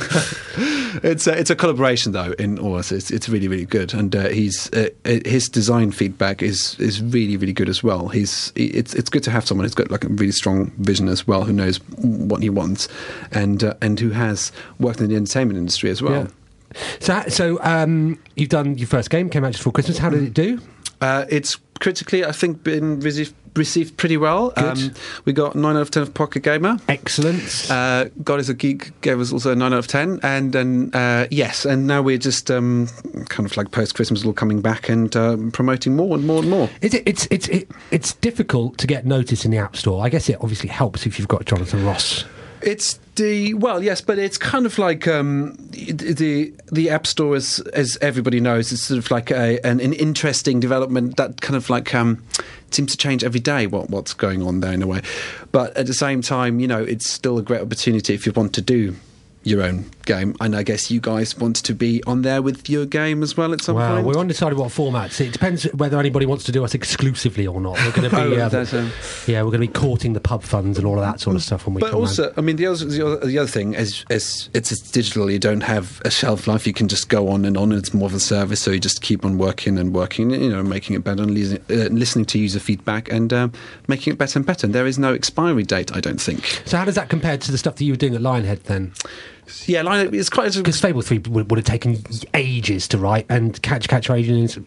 [SPEAKER 7] it's a, it's a collaboration though. In all honesty, it's, it's really really good, and uh, he's uh, uh, his design feedback is is really really good as well. He's he- it's it's good to have someone who's got like a really strong vision as well, who knows what he wants, and uh, and who has worked in the entertainment industry as well.
[SPEAKER 5] Yeah. So, so um, you've done your first game, came out just before Christmas. How did it do?
[SPEAKER 7] Uh, it's critically, I think, been received, received pretty well. Um, we got 9 out of 10 of Pocket Gamer.
[SPEAKER 5] Excellent.
[SPEAKER 7] Uh, God is a Geek gave us also a 9 out of 10. And then, uh, yes, and now we're just um, kind of like post Christmas, all coming back and um, promoting more and more and more.
[SPEAKER 5] Is it, it's it's it, it's difficult to get noticed in the app store. I guess it obviously helps if you've got Jonathan Ross.
[SPEAKER 7] It's the well, yes, but it's kind of like um, the the App Store, is, as everybody knows, it's sort of like a, an, an interesting development that kind of like um, seems to change every day. What what's going on there in a way, but at the same time, you know, it's still a great opportunity if you want to do your own game, and I guess you guys want to be on there with your game as well at some
[SPEAKER 5] Wow,
[SPEAKER 7] point.
[SPEAKER 5] we're undecided what formats. It depends whether anybody wants to do us exclusively or not. We're going to
[SPEAKER 7] Oh,
[SPEAKER 5] be, um,
[SPEAKER 7] there's a-
[SPEAKER 5] yeah, we're going to be courting the pub funds and all of that sort of stuff when we
[SPEAKER 7] But
[SPEAKER 5] come
[SPEAKER 7] also,
[SPEAKER 5] round.
[SPEAKER 7] I mean, the other, the other the other thing is, is it's, it's digital. You don't have a shelf life. You can just go on and on. And it's more of a service, so you just keep on working and working. You know, making it better and leasing, uh, listening to user feedback and um, making it better and better. And there is no expiry date, I don't think.
[SPEAKER 5] So how does that compare to the stuff that you were doing at Lionhead then?
[SPEAKER 7] Yeah, like, it's quite.
[SPEAKER 5] Because Fable Three would, would have taken ages to write, and Catch Catch Agents.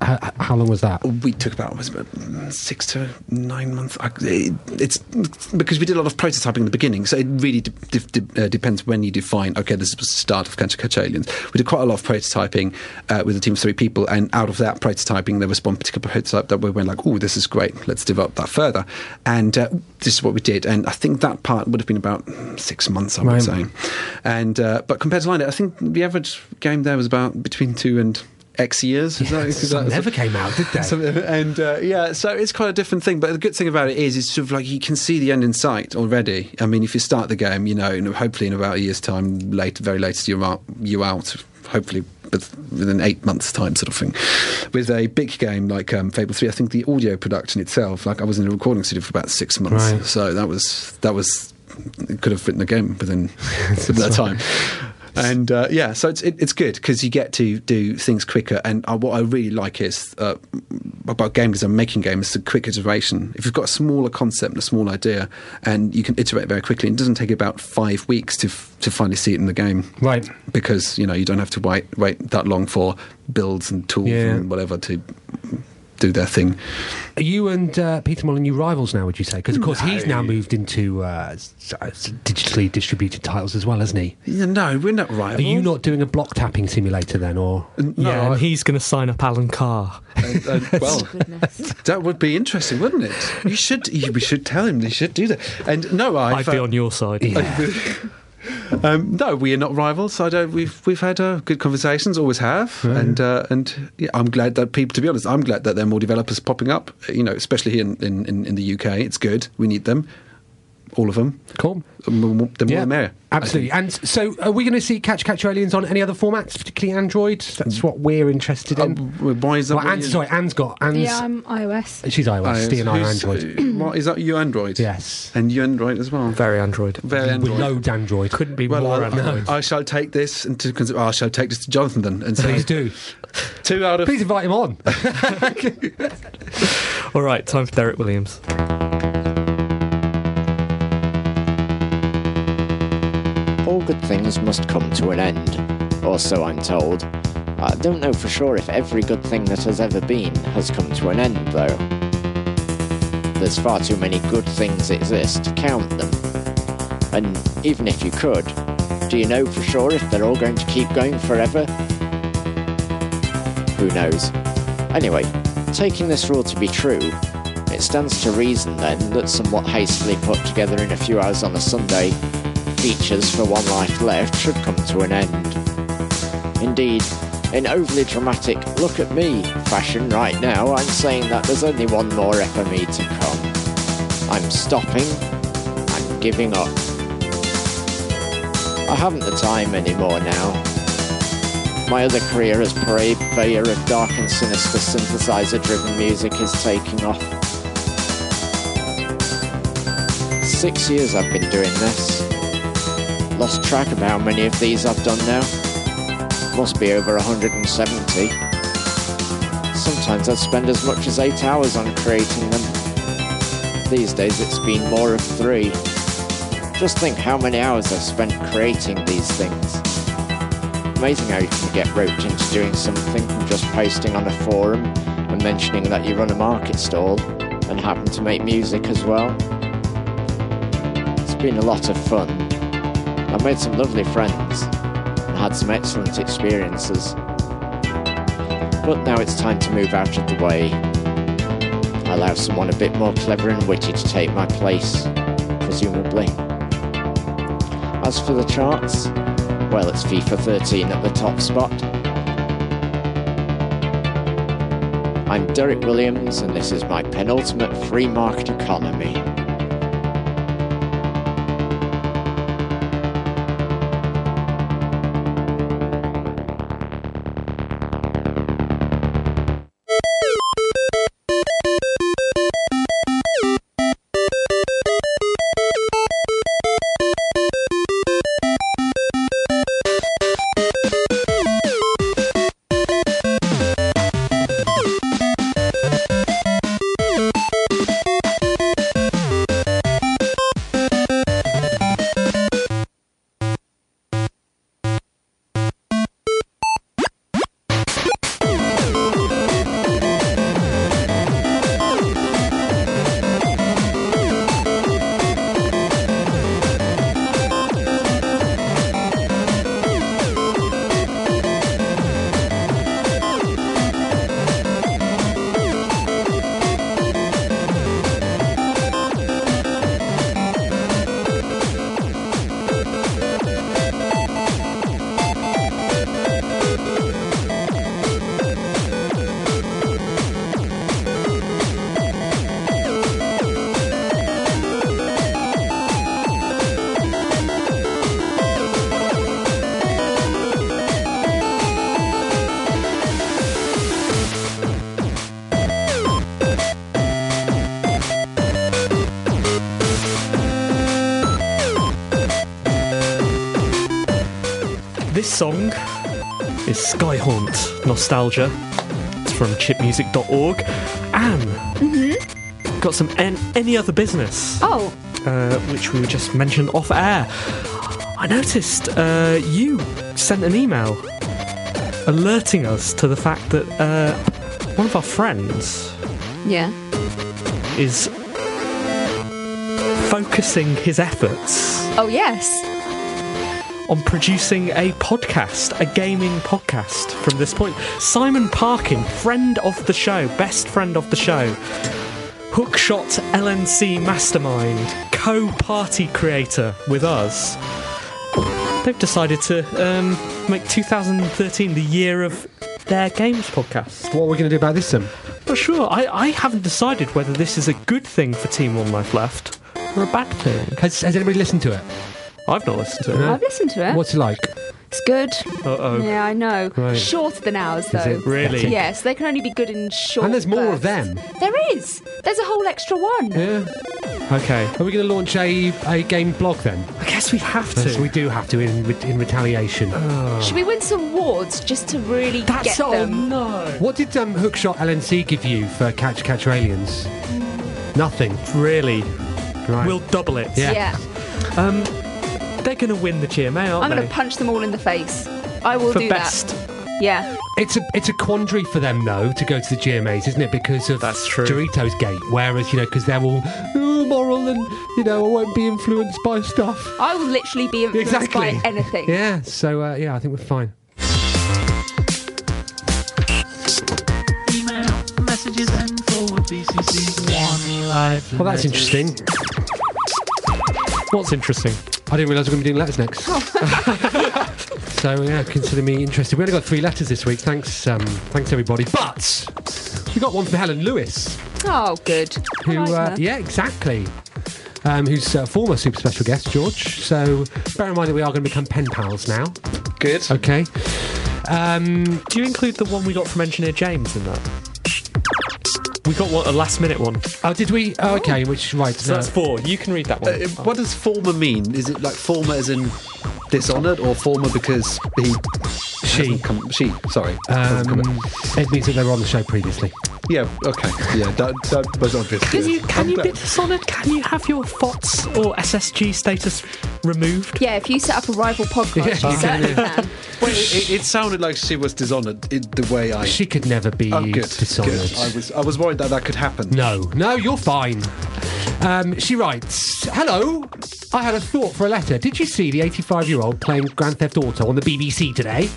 [SPEAKER 5] How, how long was that?
[SPEAKER 7] we took about was about mm, six to nine months. I- it- It's because we did a lot of prototyping in the beginning, so it really de- de- de- uh, depends when you define. Okay, this is the start of Catch Catch Aliens. We did quite a lot of prototyping uh, with a team of three people, and out of that prototyping, there was one particular prototype that we went like, "Oh, this is great. Let's develop that further." And uh, this is what we did. And I think that part would have been about six months, I would
[SPEAKER 5] Right.
[SPEAKER 7] say. And uh, but compared to Line, I think the average game there was about between two and. X years. Is that- is
[SPEAKER 5] Some
[SPEAKER 7] that-
[SPEAKER 5] never came out, did they?
[SPEAKER 7] Some- and uh, yeah, so it's quite a different thing. But the good thing about it is, it's sort of like you can see the end in sight already. I mean, if you start the game, you know, and hopefully in about a year's time, late, very latest, you're out, you out. Hopefully, with, within eight months' time, sort of thing. With a big game like um, Fable Three, I think the audio production itself, like I was in a recording studio for about six months,
[SPEAKER 5] Right.
[SPEAKER 7] so that was that was could have written a game within that time. And uh, yeah, so it's it, it's good because you get to do things quicker. And uh, what I really like is uh, about game design, making games, the quick iteration. If you've got a smaller concept and a small idea, and you can iterate very quickly, it doesn't take about five weeks to f- to finally see it in the game,
[SPEAKER 5] Right.
[SPEAKER 7] Because you know you don't have to wait wait that long for builds and tools
[SPEAKER 5] Yeah.
[SPEAKER 7] and whatever to do their thing.
[SPEAKER 5] Are you and uh, Peter Molyneux rivals now? Would you say? Because of course he's now moved into uh, s- uh, s- digitally distributed titles as well, hasn't he?
[SPEAKER 7] Yeah, No, we're not rivals.
[SPEAKER 5] Are you not doing a block tapping simulator then, or
[SPEAKER 7] No,
[SPEAKER 4] yeah,
[SPEAKER 7] I-
[SPEAKER 4] and he's going to sign up Alan Carr.
[SPEAKER 7] And, and, well,
[SPEAKER 6] Goodness.
[SPEAKER 7] that would be interesting, wouldn't it? You should. You, we should tell him. They should do that. And no,
[SPEAKER 4] I'd
[SPEAKER 7] I've,
[SPEAKER 4] be
[SPEAKER 7] uh,
[SPEAKER 4] on your side.
[SPEAKER 7] um, no, we are not rivals. I don't. We've we've had uh, good conversations. Always have. And uh, and yeah, I'm glad that people. To be honest, I'm glad that there are more developers popping up. You know, especially here in in, in, in the UK. It's good. We need them. All of them.
[SPEAKER 5] cool?
[SPEAKER 7] The more the, more the merrier. I
[SPEAKER 5] absolutely. And so, are we going to see Catch Catch Aliens on any other formats, particularly Android? That's what we're interested
[SPEAKER 7] think.
[SPEAKER 5] in.
[SPEAKER 7] Uh, why is that?
[SPEAKER 5] well,
[SPEAKER 7] what
[SPEAKER 5] Anne's,
[SPEAKER 7] you-
[SPEAKER 5] sorry, Anne's got Anne's.
[SPEAKER 6] yeah, I'm iOS.
[SPEAKER 5] she's iOS. Steve and I are
[SPEAKER 7] Oh, Who's- uh,
[SPEAKER 5] Android.
[SPEAKER 7] What is that? You Android.
[SPEAKER 5] Yes.
[SPEAKER 7] And you Android as well.
[SPEAKER 4] Very Android.
[SPEAKER 7] Very
[SPEAKER 5] We
[SPEAKER 7] Android.
[SPEAKER 5] load Android.
[SPEAKER 4] Couldn't be
[SPEAKER 7] Well,
[SPEAKER 4] more
[SPEAKER 7] I,
[SPEAKER 4] Android.
[SPEAKER 7] I shall take this into consi- I shall take this to Jonathan then. And say
[SPEAKER 5] Please do.
[SPEAKER 7] Two out of
[SPEAKER 5] Please invite him on.
[SPEAKER 4] All right, time for Derek Williams.
[SPEAKER 9] All good things must come to an end, or so I'm told. I don't know for sure if every good thing that has ever been has come to an end, though. There's far too many good things exist to count them. And even if you could, do you know for sure if they're all going to keep going forever? Who knows? Anyway, taking this rule to be true, it stands to reason then that somewhat hastily put together in a few hours on a Sunday, features for One Life Left should come to an end. Indeed, in overly dramatic look at me fashion right now, I'm saying that there's only one more FME to come. I'm stopping, I'm giving up. I haven't the time anymore now, my other career as purveyor of dark and sinister synthesizer driven music is taking off. Six years I've been doing this. lost track of how many of these I've done now. Must be over 170. Sometimes I'd spend as much as 8 hours on creating them. These days it's been more of 3. Just think how many hours I've spent creating these things. Amazing how you can get roped into doing something from just posting on a forum and mentioning that you run a market stall and happen to make music as well. It's been a lot of fun. I've made some lovely friends and had some excellent experiences. But now it's time to move out of the way. Allow someone a bit more clever and witty to take my place, presumably. As for the charts, well, it's FIFA 13 at the top spot. I'm Derek Williams, and this is my penultimate free market economy.
[SPEAKER 4] This song is Skyhaunt Nostalgia. It's from chipmusic.org. Anne, got some an- any other business,
[SPEAKER 6] Oh,
[SPEAKER 4] uh, which we just mentioned off air. I noticed uh, you sent an email alerting us to the fact that uh, one of our friends
[SPEAKER 6] yeah.
[SPEAKER 4] is focusing his efforts
[SPEAKER 6] Oh, yes.
[SPEAKER 4] on producing a podcast, a gaming podcast from this point. Simon Parkin, friend of the show, best friend of the show, Hookshot LNC mastermind, co party creator with us. They've decided to um, make 2013 the year of their games podcast.
[SPEAKER 5] What are we going to do about this then?
[SPEAKER 4] But sure, I, I haven't decided whether this is a good thing for Team One Life Left or a bad thing.
[SPEAKER 5] Has, has anybody listened to it?
[SPEAKER 4] I've not listened to it.
[SPEAKER 6] I've listened to it.
[SPEAKER 5] What's it like?
[SPEAKER 6] It's good.
[SPEAKER 4] Uh oh.
[SPEAKER 6] Yeah, I know.
[SPEAKER 5] Right.
[SPEAKER 6] Shorter than ours, though.
[SPEAKER 5] it
[SPEAKER 4] Really?
[SPEAKER 6] Yes, they can only be good in short.
[SPEAKER 5] And there's more of
[SPEAKER 6] bursts.
[SPEAKER 5] them.
[SPEAKER 6] There is. There's a whole extra one.
[SPEAKER 5] Yeah.
[SPEAKER 4] Okay.
[SPEAKER 5] Are we going to launch a, a game blog then?
[SPEAKER 4] I Uh. guess we have to.
[SPEAKER 5] Yes, we do have to in in retaliation.
[SPEAKER 6] Should we win some awards just to really
[SPEAKER 4] That's
[SPEAKER 6] get them?
[SPEAKER 4] no.
[SPEAKER 5] what did um, Hookshot LNC give you for Catch Catch Aliens? Nothing.
[SPEAKER 4] Really?
[SPEAKER 5] Right.
[SPEAKER 4] We'll double it.
[SPEAKER 5] Yeah.
[SPEAKER 6] Yeah.
[SPEAKER 4] They're going to win the GMA, aren't
[SPEAKER 6] I'm going
[SPEAKER 4] they?
[SPEAKER 6] to punch them all in the face. I will
[SPEAKER 4] For
[SPEAKER 6] do
[SPEAKER 4] best.
[SPEAKER 6] that. Yeah.
[SPEAKER 5] It's a it's a quandary for them though to go to the GMAs, isn't it? Because of
[SPEAKER 4] That's true.
[SPEAKER 5] Doritos Gate. Whereas you know because they're all "Ooh, moral and you know I won't be influenced by stuff.
[SPEAKER 6] I will literally be influenced
[SPEAKER 5] Exactly.
[SPEAKER 6] by anything.
[SPEAKER 5] Yeah. So uh, yeah, I think we're fine. Well, that's interesting.
[SPEAKER 4] What's interesting?
[SPEAKER 5] I didn't realise we were going to be doing letters next. so yeah, consider me interested. We only got three letters this week. Thanks, um, thanks everybody. But we got one from Helen Lewis,
[SPEAKER 6] Oh, good. I
[SPEAKER 5] who
[SPEAKER 6] like
[SPEAKER 5] uh,
[SPEAKER 6] her.
[SPEAKER 5] yeah, exactly. Um, who's a former super special guest, George. So bear in mind that we are going to become pen pals now.
[SPEAKER 7] Good.
[SPEAKER 5] Okay. Um,
[SPEAKER 4] Do you include the one we got from Engineer James in that? We got one, a last minute one.
[SPEAKER 5] Oh, did we? Oh, okay, which right.
[SPEAKER 4] So that's
[SPEAKER 5] no.
[SPEAKER 4] four. You can read that
[SPEAKER 7] Uh,
[SPEAKER 4] one.
[SPEAKER 7] what does former mean? Is it like former as in dishonored, or former because he
[SPEAKER 5] she.
[SPEAKER 7] hasn't come? She, sorry. hasn't come
[SPEAKER 5] Um,
[SPEAKER 7] in?
[SPEAKER 5] it means that they were on the show previously.
[SPEAKER 7] yeah. Okay. Yeah. That, that was obvious.
[SPEAKER 4] Can
[SPEAKER 7] yeah.
[SPEAKER 4] you can
[SPEAKER 7] I'm
[SPEAKER 4] you
[SPEAKER 7] glad.
[SPEAKER 4] be dishonored? Can you have your FOTS or SSG status removed?
[SPEAKER 6] Yeah, if you set up a rival podcast, you certainly can.
[SPEAKER 7] Well, it, it sounded like she was dishonored in the way I.
[SPEAKER 5] She could never be
[SPEAKER 7] Oh, good.
[SPEAKER 5] dishonored.
[SPEAKER 7] Good. I was I was worried that that could happen.
[SPEAKER 5] No, no, you're fine. Um, she writes, "Hello, I had a thought for a letter. Did you see the 85-year-old playing Grand Theft Auto on the BBC today?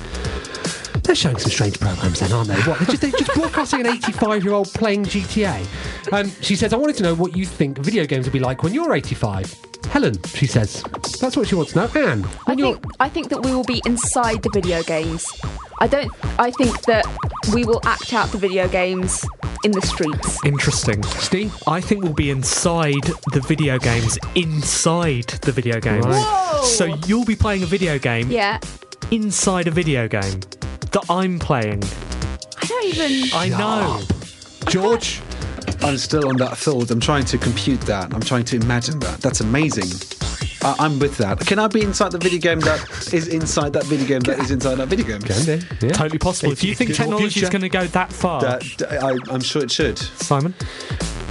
[SPEAKER 5] They're showing some strange programs, then, aren't they? What? They're just, they're just broadcasting an 85-year-old playing GTA." Um, she says, "I wanted to know what you think video games will be like when you're 85." Helen, she says, "That's what she wants to know." Anne,
[SPEAKER 6] I
[SPEAKER 5] when you're
[SPEAKER 6] think I think that we will be inside the video games. I don't. I think that we will act out the video games in the streets.
[SPEAKER 4] Interesting.
[SPEAKER 5] Steve,
[SPEAKER 4] I think we'll be inside the video games, inside the video games.
[SPEAKER 5] Right.
[SPEAKER 6] Whoa!
[SPEAKER 4] So you'll be playing a video game
[SPEAKER 6] Yeah,
[SPEAKER 4] inside a video game that I'm playing.
[SPEAKER 6] I don't even.
[SPEAKER 4] I know.
[SPEAKER 5] George,
[SPEAKER 7] I'm still on that thought. I'm trying to compute that. I'm trying to imagine that. That's amazing. I, I'm with that. Can I be inside the video game that is inside that video game that is inside that video game?
[SPEAKER 5] yeah.
[SPEAKER 4] Totally possible. Do you think technology's going to go that far,
[SPEAKER 7] That, Uh, I, I'm sure it should.
[SPEAKER 4] Simon?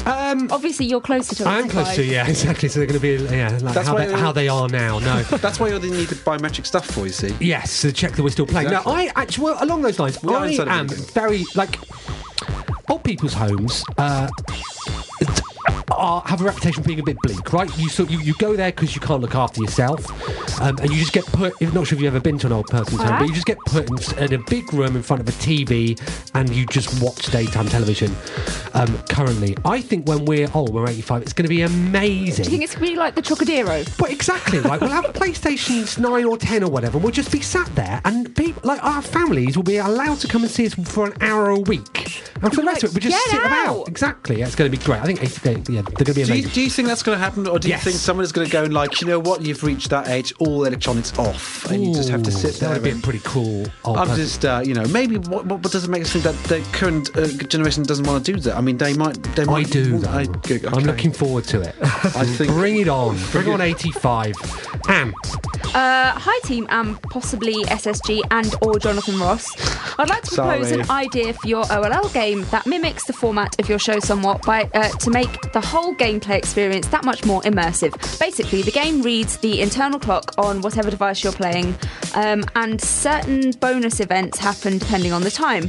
[SPEAKER 6] Obviously, you're closer to.
[SPEAKER 5] I am
[SPEAKER 6] 85.
[SPEAKER 5] close to yeah, exactly. So they're going to be yeah, like
[SPEAKER 7] That's
[SPEAKER 5] how
[SPEAKER 7] why-
[SPEAKER 5] they, how they are now. No,
[SPEAKER 7] That's why you only need the biometric stuff for, you see.
[SPEAKER 5] Yes, so check that we're still playing.
[SPEAKER 7] Exactly.
[SPEAKER 5] Now, I actually, well, along those lines,
[SPEAKER 7] We are
[SPEAKER 5] I
[SPEAKER 7] inside a
[SPEAKER 5] am
[SPEAKER 7] video game.
[SPEAKER 5] very, like, old people's homes uh, t- are, have a reputation for being a bit bleak, right? You sort you, you go there because you can't look after yourself, um, and you just get put, if not sure if you've ever been to an old person's home,
[SPEAKER 6] Alright.
[SPEAKER 5] but you just get put in, in a big room in front of a TV and you just watch daytime television um, currently. I think when we're old, we're 85, it's going to be amazing.
[SPEAKER 6] Do you think it's really like the Trocadero?
[SPEAKER 5] But exactly, like we'll have PlayStations nine or ten or whatever, and we'll just be sat there, and people like our families will be allowed to come and see us for an hour a week, and for the rest of it, we just
[SPEAKER 6] Get
[SPEAKER 5] sit
[SPEAKER 6] out!
[SPEAKER 5] about. Exactly, yeah, it's going to be great. I think it's going, yeah, they're going to be
[SPEAKER 7] Do you,
[SPEAKER 5] amazing.
[SPEAKER 7] do you think that's going to happen, or do you
[SPEAKER 5] Yes.
[SPEAKER 7] think someone is going to go and like, you know what, you've reached that age, all electronics off, and you just have to
[SPEAKER 5] Ooh,
[SPEAKER 7] sit there.
[SPEAKER 5] That would be a
[SPEAKER 7] and-
[SPEAKER 5] pretty cool. Old
[SPEAKER 7] I'm
[SPEAKER 5] person.
[SPEAKER 7] just, uh, you know, maybe what, what, what doesn't make us think that the current uh, generation doesn't want to do that. I mean, they might. They
[SPEAKER 5] I
[SPEAKER 7] might,
[SPEAKER 5] do though.
[SPEAKER 7] I,
[SPEAKER 5] I,
[SPEAKER 7] okay.
[SPEAKER 5] am looking forward to it. I
[SPEAKER 7] think-
[SPEAKER 5] bring it on. Bring on 85. Am
[SPEAKER 6] Uh, hi team, and possibly SSG and or Jonathan Ross. I'd like to propose
[SPEAKER 7] Sorry.
[SPEAKER 6] an idea for your OLL game that mimics the format of your show somewhat, by uh, to make the whole gameplay experience that much more immersive. Basically, the game reads the internal clock on whatever device you're playing, um, and certain bonus events happen depending on the time.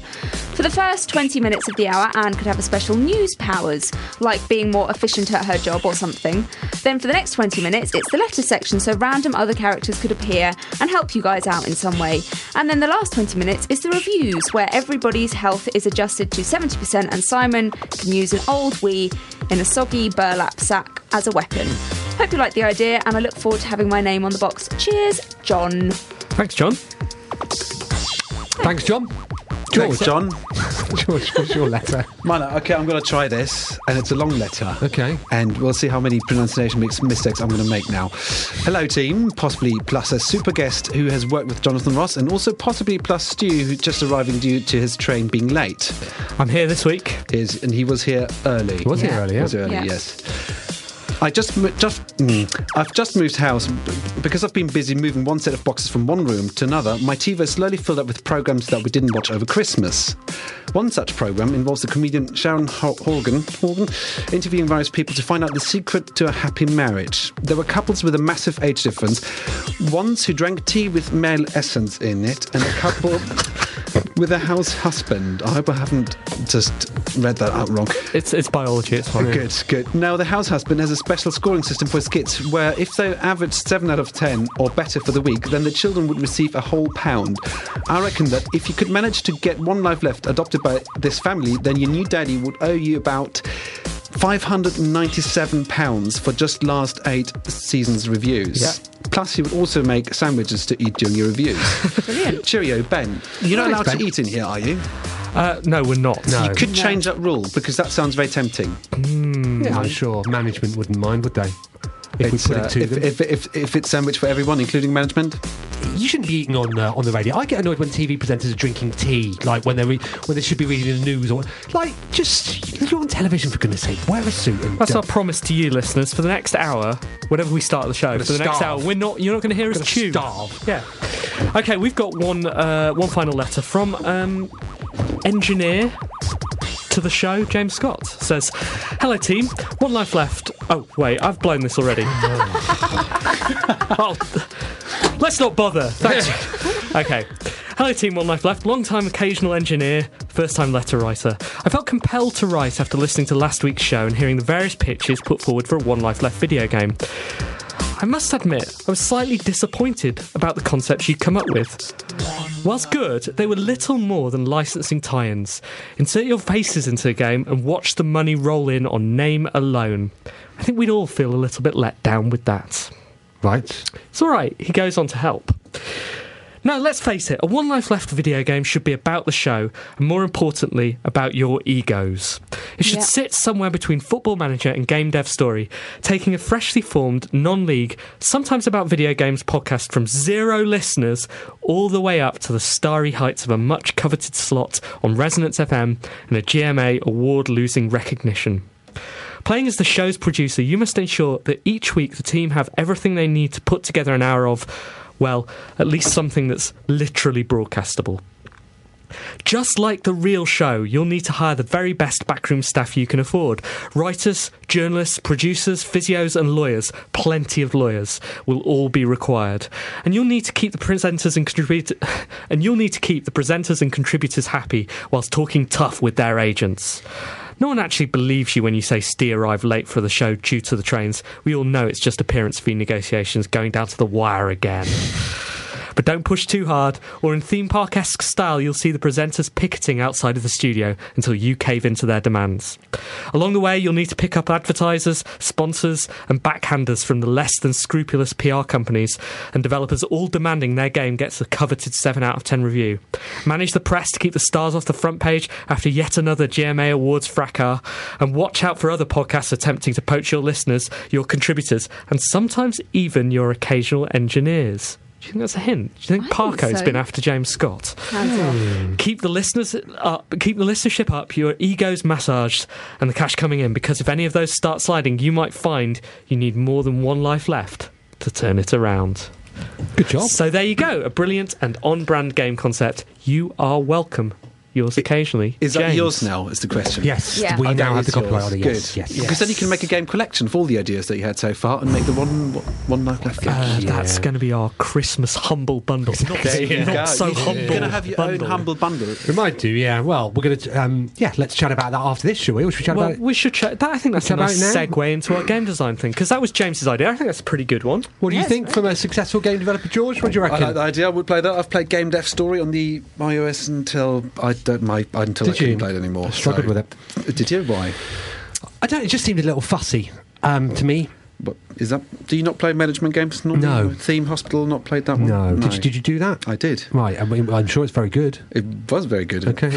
[SPEAKER 6] For the first 20 minutes of the hour, Anne could have a special news powers, like being more efficient at her job or something. Then for the next 20 minutes, it's the letter section, so random other characters could appear and help you guys out in some way. And then the last 20 minutes is the reviews, where everybody's health is adjusted to 70%, and Simon can use an old Wii in a soggy burlap sack as a weapon. Hope you like the idea, and I look forward to having my name on the box. Cheers, John.
[SPEAKER 4] Thanks, John.
[SPEAKER 5] thanks, John.
[SPEAKER 7] Thanks, John.
[SPEAKER 5] George, what's your letter?
[SPEAKER 7] Mana, okay, I'm going to try this, and it's a long letter.
[SPEAKER 5] Okay.
[SPEAKER 7] And we'll see how many pronunciation mix- mistakes I'm going to make now. Hello, team. Possibly plus a super guest who has worked with Jonathan Ross, and also possibly plus Stu, who just arriving due to his train being late.
[SPEAKER 4] I'm here this week.
[SPEAKER 7] Is and he was here early.
[SPEAKER 5] Was he Yeah. early, yeah?
[SPEAKER 7] Was early,
[SPEAKER 6] Yeah.
[SPEAKER 7] yes. I just mo- just mm, I've just moved house B- because I've been busy moving one set of boxes from one room to another. My TV is slowly filled up with programs that we didn't watch over Christmas. One such program involves the comedian Sharon Ho- Horgan, Horgan interviewing various people to find out the secret to a happy marriage. There were couples with a massive age difference, ones who drank tea with male essence in it, and a couple with a house husband. I hope I haven't just read that out wrong.
[SPEAKER 4] It's it's biology. It's fine.
[SPEAKER 7] Good, good. Now, the house husband has a special scoring system for his kids where if they averaged 7 out of 10 or better for the week, then the children would receive a whole pound. I reckon that if you could manage to get one life left adopted by this family, then your new daddy would owe you about. 597 pounds for just last eight seasons reviews.
[SPEAKER 4] Yeah.
[SPEAKER 7] Plus, he would also make sandwiches to eat during your reviews. Brilliant. Cheerio, Ben. You're not
[SPEAKER 5] Thanks,
[SPEAKER 7] allowed to
[SPEAKER 5] Ben.
[SPEAKER 7] eat in here, are you?
[SPEAKER 4] Uh, no, we're not.
[SPEAKER 5] No.
[SPEAKER 7] You could change that rule because that sounds very tempting.
[SPEAKER 5] Yeah, I'm sure management wouldn't mind, would they? If we
[SPEAKER 7] Mm. It's,
[SPEAKER 5] put
[SPEAKER 7] uh,
[SPEAKER 5] it to
[SPEAKER 7] if,
[SPEAKER 5] them.
[SPEAKER 7] if, if, if it's sandwich for everyone, including management,
[SPEAKER 5] you shouldn't be eating on uh, on the radio. I get annoyed when TV presenters are drinking tea, like when they re- when they should be reading the news or like just you're on television for goodness sake. Wear a suit. And
[SPEAKER 4] That's
[SPEAKER 5] uh,
[SPEAKER 4] our promise to you, listeners. For the next hour, whenever we start the show, for the next hour,
[SPEAKER 5] starve.
[SPEAKER 4] we're not. You're not going to hear us
[SPEAKER 5] Gonna
[SPEAKER 4] chew.
[SPEAKER 5] starve.
[SPEAKER 4] Yeah. Okay, we've got one. Uh, one final letter from um, engineer to the show. James Scott says, "Hello, team. One life left. Oh wait, I've blown this already. Well, let's not bother. Thanks. okay. Hello, Team One Life Left. Long time occasional engineer, first time letter writer. I felt compelled to write after listening to last week's show and hearing the various pitches put forward for a One Life Left video game. I must admit, I was slightly disappointed about the concepts you'd come up with. Whilst good, they were little more than licensing tie ins. Insert your faces into a game and watch the money roll in on name alone. I think we'd all feel a little bit let down with that.
[SPEAKER 5] right.
[SPEAKER 4] It's all right. He goes on to help. Now, let's face it, a One Life Left video game should be about the show, and more importantly, about your egos. It should
[SPEAKER 6] Yeah.
[SPEAKER 4] sit somewhere between Football Manager and Game Dev Story, taking a freshly formed, non league, sometimes about video games podcast from zero listeners all the way up to the starry heights of a much coveted slot on Resonance FM and a GMA award losing recognition. Playing as the show's producer, you must ensure that each week the team have everything they need to put together an hour of, well, at least something that's literally broadcastable. Just like the real show, you'll need to hire the very best backroom staff you can afford. Writers, journalists, producers, physios, and lawyers, plenty of lawyers, will all be required. And you'll need to keep the presenters and contributors and you'll need to keep the presenters and contributors happy whilst talking tough with their agents. No one actually believes you when you say Stee arrived late for the show due to the trains. We all know it's just appearance fee negotiations going down to the wire again. But don't push too hard, or in theme park esque style, you'll see the presenters picketing outside of the studio until you cave into their demands. Along the way, you'll need to pick up advertisers, sponsors, and backhanders from the less than scrupulous PR companies and developers, all demanding their game gets the coveted 7 out of 10 review. Manage the press to keep the stars off the front page after yet another GMA Awards fracas, and watch out for other podcasts attempting to poach your listeners, your contributors, and sometimes even your occasional engineers. Do you think that's a hint? Do you think
[SPEAKER 6] I think
[SPEAKER 4] Parko's
[SPEAKER 6] so.
[SPEAKER 4] been after James Scott?
[SPEAKER 6] Hands off.
[SPEAKER 4] Keep the listeners up, keep the listenership up, your egos massaged, and the cash coming in. Because if any of those start sliding, you might find you need more than one life left to turn it around.
[SPEAKER 5] Good job.
[SPEAKER 4] So there you go, a brilliant and on-brand game concept. You are welcome. Yours occasionally.
[SPEAKER 7] Is that
[SPEAKER 4] James.
[SPEAKER 7] yours now? Is the question?
[SPEAKER 5] Yes,
[SPEAKER 6] Yeah.
[SPEAKER 5] we
[SPEAKER 7] Oh, that
[SPEAKER 5] now have
[SPEAKER 7] is
[SPEAKER 5] the copyright
[SPEAKER 7] yours.
[SPEAKER 5] on it. Yes,
[SPEAKER 7] Good.
[SPEAKER 5] yes.
[SPEAKER 7] Because then you can make a game collection of all the ideas that you had so far and make the one one life left. game.
[SPEAKER 4] Uh,
[SPEAKER 5] Yeah.
[SPEAKER 4] That's going to be our Christmas humble bundle. Not,
[SPEAKER 7] There you
[SPEAKER 4] not
[SPEAKER 7] go.
[SPEAKER 4] so
[SPEAKER 7] You're
[SPEAKER 4] humble.
[SPEAKER 7] gonna have your
[SPEAKER 4] bundle.
[SPEAKER 7] own humble bundle.
[SPEAKER 5] We might do, yeah. Well, we're going to, um, yeah, let's chat about that after this, shall we? Or should we chat
[SPEAKER 4] Well,
[SPEAKER 5] about it?
[SPEAKER 4] we should check that. I think that's a
[SPEAKER 5] About
[SPEAKER 4] nice
[SPEAKER 5] now?
[SPEAKER 4] segue into our game design thing because that was James's idea. I think that's a pretty good one.
[SPEAKER 5] What do you
[SPEAKER 6] Yes,
[SPEAKER 5] think from a successful game developer, George? What do you
[SPEAKER 7] I
[SPEAKER 5] reckon?
[SPEAKER 7] like the idea. I would play that. I've played Game Dev Story on the iOS until I don't my until
[SPEAKER 5] Did
[SPEAKER 7] I couldn't
[SPEAKER 5] you?
[SPEAKER 7] play it anymore.
[SPEAKER 5] I struggled with
[SPEAKER 7] it. Did you? Why?
[SPEAKER 5] I don't. It just seemed a little fussy um, to me.
[SPEAKER 7] What, is that? Do you not play management games? Normally?
[SPEAKER 5] No.
[SPEAKER 7] Theme Hospital. Not played that one.
[SPEAKER 5] Did you, did you do that?
[SPEAKER 7] I did.
[SPEAKER 5] Right. I mean, I'm sure it's very good.
[SPEAKER 7] It was very good.
[SPEAKER 5] Okay.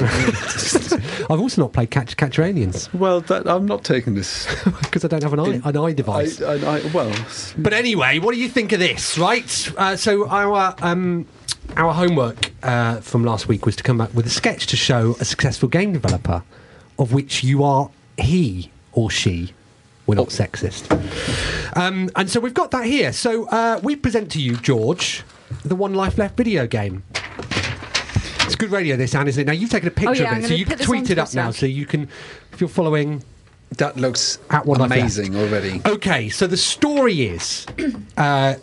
[SPEAKER 5] I've also not played Catch Catch Your Aliens
[SPEAKER 7] Well, that, I'm not taking this.
[SPEAKER 5] because I don't have an eye, an eye
[SPEAKER 7] I, uh,
[SPEAKER 5] device.
[SPEAKER 7] I, I, well,
[SPEAKER 5] But anyway, what do you think of this? Right. Uh, so our um, our homework uh, from last week was to come up with a sketch to show a successful game developer, of which you are he or she. We're not sexist. Um, and so we've got that here. So uh, we present to you, George, the One Life Left video game. It's good radio, this, Anne, isn't it? Now you've taken a picture
[SPEAKER 6] Oh, yeah, I'm
[SPEAKER 5] of it, so
[SPEAKER 6] gonna
[SPEAKER 5] you can
[SPEAKER 6] put this
[SPEAKER 5] tweet
[SPEAKER 6] onto
[SPEAKER 5] it up
[SPEAKER 6] Twitter.
[SPEAKER 5] now. So you can, if you're following
[SPEAKER 7] that looks
[SPEAKER 5] At one Uh, I've
[SPEAKER 7] amazing already.
[SPEAKER 5] Okay, so the story is uh,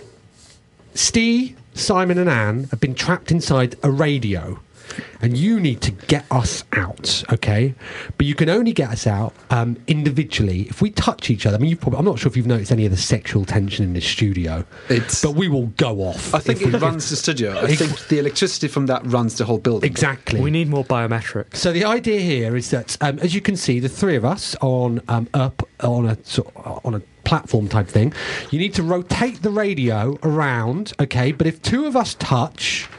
[SPEAKER 5] Steve, Simon, and Anne have been trapped inside a radio, and you need to get us out, okay? But you can only get us out um, individually. If we touch each other, I mean, you've probably, I'm not sure if you've noticed any of the sexual tension in this studio,
[SPEAKER 7] It's-
[SPEAKER 5] but we will go off.
[SPEAKER 7] I think
[SPEAKER 5] if
[SPEAKER 7] it
[SPEAKER 5] we-
[SPEAKER 7] runs the studio. I
[SPEAKER 5] Ex-
[SPEAKER 7] think the electricity from that runs the whole building.
[SPEAKER 5] Exactly.
[SPEAKER 4] We need more biometrics.
[SPEAKER 5] So the idea here is that, um, as you can see, the three of us are on um, up on a sort of- on a platform type thing. You need to rotate the radio around, okay? But if two of us touch,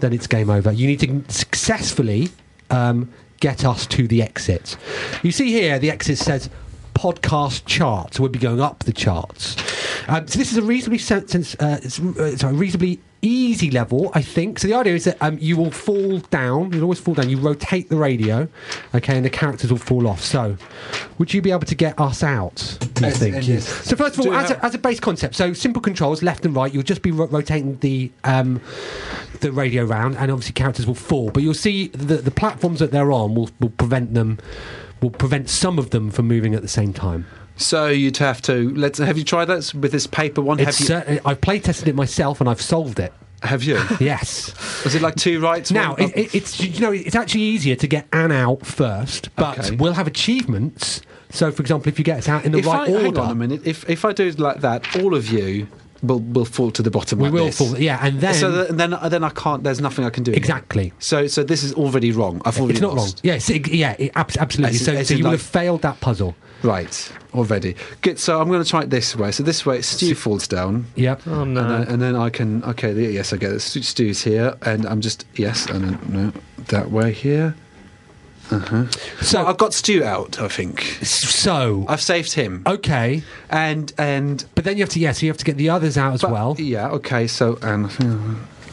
[SPEAKER 5] then it's game over. You need to successfully um, get us to the exit. You see here, the exit says podcast chart. So we'll be going up the charts. Um, so this is a reasonably sen- sense, uh, it's, uh, sorry, reasonably easy level, I think. So the idea is that um, you will fall down. You'll always fall down. You rotate the radio, okay, and the characters will fall off. So, would you be able to get us out? Do you
[SPEAKER 7] Yes,
[SPEAKER 5] think?
[SPEAKER 7] and yes.
[SPEAKER 5] So first of
[SPEAKER 7] Do
[SPEAKER 5] all,
[SPEAKER 7] you
[SPEAKER 5] as
[SPEAKER 7] have-
[SPEAKER 5] a, as a base concept, so simple controls, left and right. You'll just be ro- rotating the um, the radio round, and obviously characters will fall. But you'll see the the platforms that they're on will, will prevent them. Will prevent some of them from moving at the same time.
[SPEAKER 7] So you'd have to. Let's. Have you tried that with this paper one?
[SPEAKER 5] It's uh,
[SPEAKER 7] have you?
[SPEAKER 5] certainly, I've play tested it myself and I've solved it.
[SPEAKER 7] have you?
[SPEAKER 5] Yes.
[SPEAKER 7] Was it like two rights?
[SPEAKER 5] Now
[SPEAKER 7] one
[SPEAKER 5] it, it, it's you know it's actually easier to get Anne out first, but
[SPEAKER 7] Okay.
[SPEAKER 5] we'll have achievements. So, for example, if you get us out in the
[SPEAKER 7] if
[SPEAKER 5] right
[SPEAKER 7] I,
[SPEAKER 5] order,
[SPEAKER 7] Hang on a minute. If if I do it like that, all of you will will fall to the bottom.
[SPEAKER 5] we
[SPEAKER 7] like
[SPEAKER 5] will
[SPEAKER 7] this.
[SPEAKER 5] fall. Yeah, and then
[SPEAKER 7] so that, then then I can't. There's nothing I can do.
[SPEAKER 5] Exactly.
[SPEAKER 7] So so this is already wrong. I've already
[SPEAKER 5] it's not
[SPEAKER 7] lost.
[SPEAKER 5] wrong. Yes, it, yeah, it, abs- absolutely.
[SPEAKER 7] As in-
[SPEAKER 5] So,
[SPEAKER 7] as
[SPEAKER 5] so
[SPEAKER 7] in
[SPEAKER 5] you would
[SPEAKER 7] like-
[SPEAKER 5] have failed that puzzle.
[SPEAKER 7] Right. Already. Good. So I'm going to try it this way. So this way, Stu falls down.
[SPEAKER 5] Yep.
[SPEAKER 4] Oh no.
[SPEAKER 7] And, then, and then I can okay the, yes I get it. Stu- Stu's here and I'm just yes and then no that way here. Uh-huh.
[SPEAKER 5] So,
[SPEAKER 7] I've got Stu out. I think
[SPEAKER 5] so
[SPEAKER 7] I've saved him.
[SPEAKER 5] Oh. okay,
[SPEAKER 7] And and
[SPEAKER 5] but then you have to yeah, so you have to get the others out as
[SPEAKER 7] But-
[SPEAKER 5] well.
[SPEAKER 7] Yeah. Okay. So and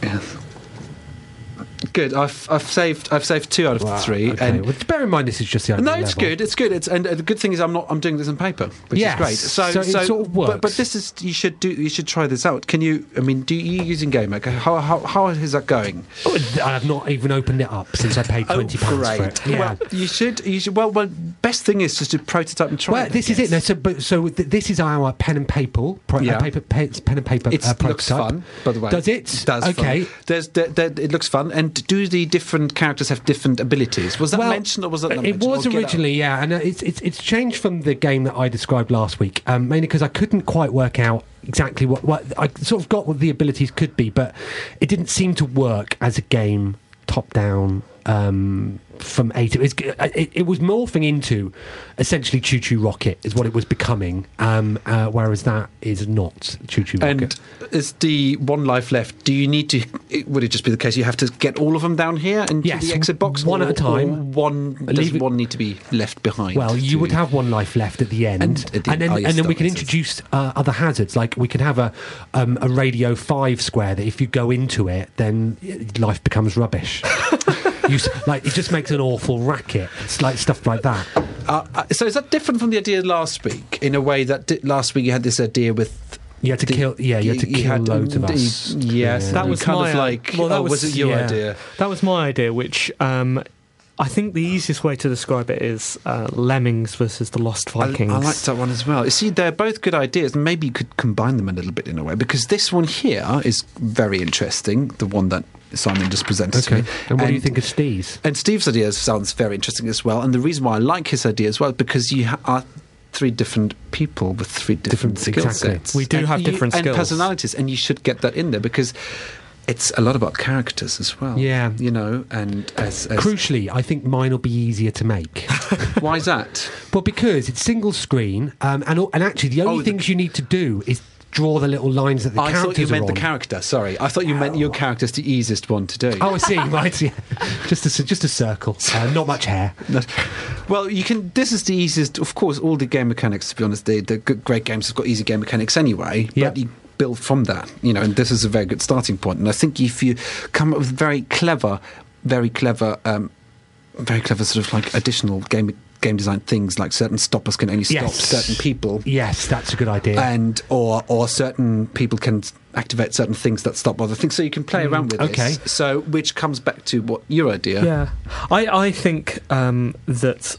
[SPEAKER 7] yeah. Good. I've I've saved I've saved two out of the
[SPEAKER 5] Wow,
[SPEAKER 7] three.
[SPEAKER 5] okay.
[SPEAKER 7] And
[SPEAKER 5] Well, bear in mind this is just the opening
[SPEAKER 7] no, it's
[SPEAKER 5] level.
[SPEAKER 7] good. It's good. It's and uh, the good thing is I'm not I'm doing this on paper, which
[SPEAKER 5] Yes,
[SPEAKER 7] is great. So
[SPEAKER 5] so it sort of
[SPEAKER 7] But, but
[SPEAKER 5] works.
[SPEAKER 7] this is you should do you should try this out. Can you? I mean, do you using GameMaker? How how how is that going?
[SPEAKER 5] Oh, I have not even opened it up since I paid twenty pounds for it. Yeah.
[SPEAKER 7] Oh, Well, you should you should well. Well, best thing is just to prototype and try.
[SPEAKER 5] Well, this is it. uh, No, so, but, so th- this is our pen and paper, pro- uh,
[SPEAKER 7] Yeah.
[SPEAKER 5] paper pe- pen and paper.
[SPEAKER 7] It
[SPEAKER 5] uh,
[SPEAKER 7] looks
[SPEAKER 5] prototype.
[SPEAKER 7] fun, by the way.
[SPEAKER 5] Does it?
[SPEAKER 7] Does.
[SPEAKER 5] Okay.
[SPEAKER 7] Fun. There's, there, there, it looks fun. And do the different characters have different abilities? Was that
[SPEAKER 5] Well,
[SPEAKER 7] mentioned or was that not
[SPEAKER 5] It
[SPEAKER 7] mentioned?
[SPEAKER 5] was
[SPEAKER 7] Or get
[SPEAKER 5] originally, yeah, and uh, it's, it's it's changed from the game that I described last week, um, mainly because I couldn't quite work out exactly what, what I sort of got what the abilities could be, but it didn't seem to work as a game top down. Um, from A to it's, uh, it, it was morphing into essentially Choo Choo Rocket is what it was becoming, um, uh, whereas that is not Choo Choo
[SPEAKER 7] up?
[SPEAKER 5] Rocket.
[SPEAKER 7] And is the one life left? Do you need to? It, would it just be the case you have to get all of them down here and to
[SPEAKER 5] Yes,
[SPEAKER 7] the exit box
[SPEAKER 5] one
[SPEAKER 7] or-
[SPEAKER 5] at a time.
[SPEAKER 7] or One does
[SPEAKER 5] Leave it-
[SPEAKER 7] one need to be left behind?
[SPEAKER 5] Well, you
[SPEAKER 7] to-
[SPEAKER 5] would have one life left at the end,
[SPEAKER 7] And
[SPEAKER 5] and,
[SPEAKER 7] at the end-
[SPEAKER 5] then
[SPEAKER 7] oh, yes,
[SPEAKER 5] and then we
[SPEAKER 7] that
[SPEAKER 5] can
[SPEAKER 7] makes sense.
[SPEAKER 5] introduce uh, other hazards. Like we could have a um, a radio five square that if you go into it, then uh, life becomes rubbish. you, s- like it just makes an awful racket. It's like stuff like that.
[SPEAKER 7] Uh, uh, so is that different from the idea last week? In a way that di- last week you had this idea with.
[SPEAKER 5] You had to
[SPEAKER 7] the-
[SPEAKER 5] kill- yeah, you had to kill loads of us.
[SPEAKER 7] Yes,
[SPEAKER 5] Yeah.
[SPEAKER 7] that was kind
[SPEAKER 4] uh,
[SPEAKER 5] uh,
[SPEAKER 7] of like. oh, was, it your
[SPEAKER 4] yeah.
[SPEAKER 7] idea?
[SPEAKER 4] That was my idea, which um, I think the easiest way to describe it is uh, Lemmings versus the Lost
[SPEAKER 7] I-
[SPEAKER 4] Vikings.
[SPEAKER 7] I, liked that one as well. You see, they're both good ideas. Maybe you could combine them a little bit in a way because this one here is very interesting. The one that Simon just presented to me.
[SPEAKER 5] And what do you think of Steve's?
[SPEAKER 7] And Steve's idea sounds very interesting as well. And the reason why I like his idea as well is because you ha- are three different people with three different,
[SPEAKER 5] Different-
[SPEAKER 7] skill
[SPEAKER 5] exactly.
[SPEAKER 7] sets.
[SPEAKER 4] We do
[SPEAKER 7] And
[SPEAKER 4] have
[SPEAKER 7] you-
[SPEAKER 4] different
[SPEAKER 7] and
[SPEAKER 4] skills.
[SPEAKER 7] personalities, and you should get that in there because. It's a lot about characters as well.
[SPEAKER 5] Yeah.
[SPEAKER 7] you know, and as, as
[SPEAKER 5] Crucially, I think mine will be easier to make.
[SPEAKER 7] why is that?
[SPEAKER 5] Well, because it's single screen, um, and al- and actually the only
[SPEAKER 7] Oh, the-
[SPEAKER 5] things you need to do is draw the little lines that the
[SPEAKER 7] I
[SPEAKER 5] characters
[SPEAKER 7] thought you
[SPEAKER 5] are
[SPEAKER 7] meant the
[SPEAKER 5] on.
[SPEAKER 7] character. Sorry, I thought you meant your character's the easiest one to do.
[SPEAKER 5] Oh, I see. Right, yeah. just a c- just a circle, uh, not much hair.
[SPEAKER 7] Well, you can. This is the easiest. Of course, all the game mechanics. To be honest, the the good, great games have got easy game mechanics anyway.
[SPEAKER 5] Yep.
[SPEAKER 7] But you build from that, you know. And this is a very good starting point. And I think if you come up with very clever, very clever, um, very clever sort of like additional game game design things, like certain stoppers can only stop
[SPEAKER 5] Yes.
[SPEAKER 7] certain people.
[SPEAKER 5] Yes, that's a good idea.
[SPEAKER 7] And or or certain people can s- activate certain things that stop other things, so you can play around with
[SPEAKER 5] okay.
[SPEAKER 7] this. So, which comes back to what your idea?
[SPEAKER 4] Yeah, I I think um, that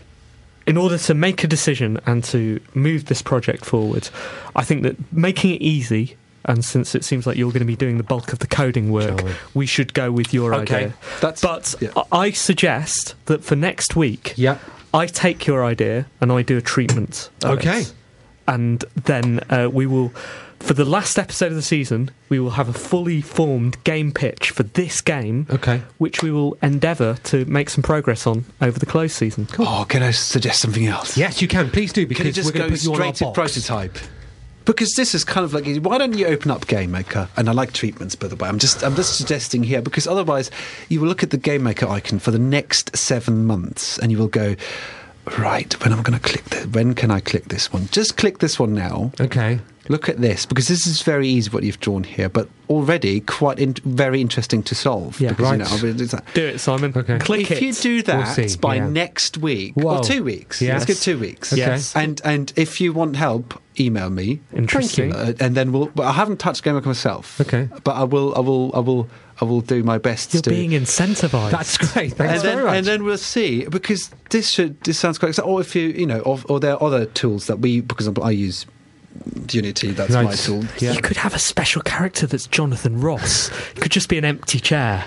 [SPEAKER 4] in order to make a decision and to move this project forward, I think that making it easy. And since it seems like you're going to be doing the bulk of the coding work,
[SPEAKER 5] Shall we?
[SPEAKER 4] we? should go with your
[SPEAKER 5] Okay,
[SPEAKER 4] idea.
[SPEAKER 7] that's-
[SPEAKER 4] but
[SPEAKER 7] yeah.
[SPEAKER 4] I I suggest that for next week,
[SPEAKER 5] Yep.
[SPEAKER 4] I take your idea and I do a treatment. of
[SPEAKER 5] Okay.
[SPEAKER 4] it. And then uh, we will, for the last episode of the season, we will have a fully formed game pitch for this game
[SPEAKER 5] okay.
[SPEAKER 4] which we will endeavour to make some progress on over the close season.
[SPEAKER 7] Oh, can I suggest something else?
[SPEAKER 5] Yes, you can. Please do because
[SPEAKER 7] Can you just
[SPEAKER 5] we're going
[SPEAKER 7] go
[SPEAKER 5] to put you on our
[SPEAKER 7] straight to
[SPEAKER 5] box.
[SPEAKER 7] prototype? Because this is kind of like, why don't you open up Game Maker? And I like treatments, by the way. I'm just, I'm just suggesting here because otherwise, you will look at the Game Maker icon for the next seven months, and you will go, right, when am I going to click this? When can I click this one? Just click this one now.
[SPEAKER 5] Okay.
[SPEAKER 7] look at this because this is very easy what you've drawn here, but already quite in- very interesting to solve.
[SPEAKER 4] Yeah.
[SPEAKER 7] because, you
[SPEAKER 5] Right.
[SPEAKER 7] know, I mean, it's like-
[SPEAKER 4] Do it, Simon.
[SPEAKER 5] Okay.
[SPEAKER 7] if
[SPEAKER 4] Click it.
[SPEAKER 7] you do that
[SPEAKER 5] see,
[SPEAKER 7] by
[SPEAKER 5] yeah.
[SPEAKER 7] next week
[SPEAKER 5] Whoa.
[SPEAKER 7] or two weeks,
[SPEAKER 5] Yes.
[SPEAKER 7] let's give two weeks.
[SPEAKER 5] Okay.
[SPEAKER 4] Yes.
[SPEAKER 7] And and if you want help, email me.
[SPEAKER 4] Interesting.
[SPEAKER 7] Uh, and then we'll. But I haven't touched GameWork myself.
[SPEAKER 5] Okay.
[SPEAKER 7] But I will. I will. I will. I will do my best
[SPEAKER 4] You're
[SPEAKER 7] to.
[SPEAKER 4] being incentivised.
[SPEAKER 5] That's great. Thanks
[SPEAKER 7] and then,
[SPEAKER 5] very much.
[SPEAKER 7] and then we'll see because this should this sounds quite exciting. Or if you you know, or, or there are other tools that we, for example, I use Unity. That's my
[SPEAKER 5] Right.
[SPEAKER 7] tool.
[SPEAKER 5] Yeah.
[SPEAKER 4] You could have a special character that's Jonathan Ross. It could just be an empty chair.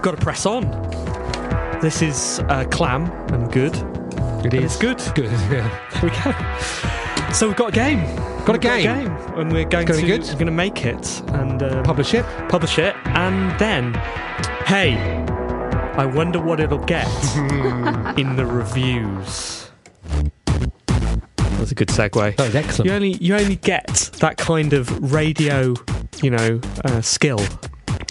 [SPEAKER 4] Got to press on. This is uh, clam and good.
[SPEAKER 5] it
[SPEAKER 4] and it's good.
[SPEAKER 5] Good. yeah.
[SPEAKER 4] There we go. So we've got a game.
[SPEAKER 5] Got a
[SPEAKER 4] We've
[SPEAKER 5] game.
[SPEAKER 4] and we're going
[SPEAKER 5] gonna
[SPEAKER 4] to
[SPEAKER 5] be good.
[SPEAKER 4] we're going to make it and um,
[SPEAKER 5] Publish it.
[SPEAKER 4] publish it, and then, hey, I wonder what it'll get in the reviews. That's a good segue.
[SPEAKER 5] That was excellent.
[SPEAKER 4] You only you only get that kind of radio, you know, uh, skill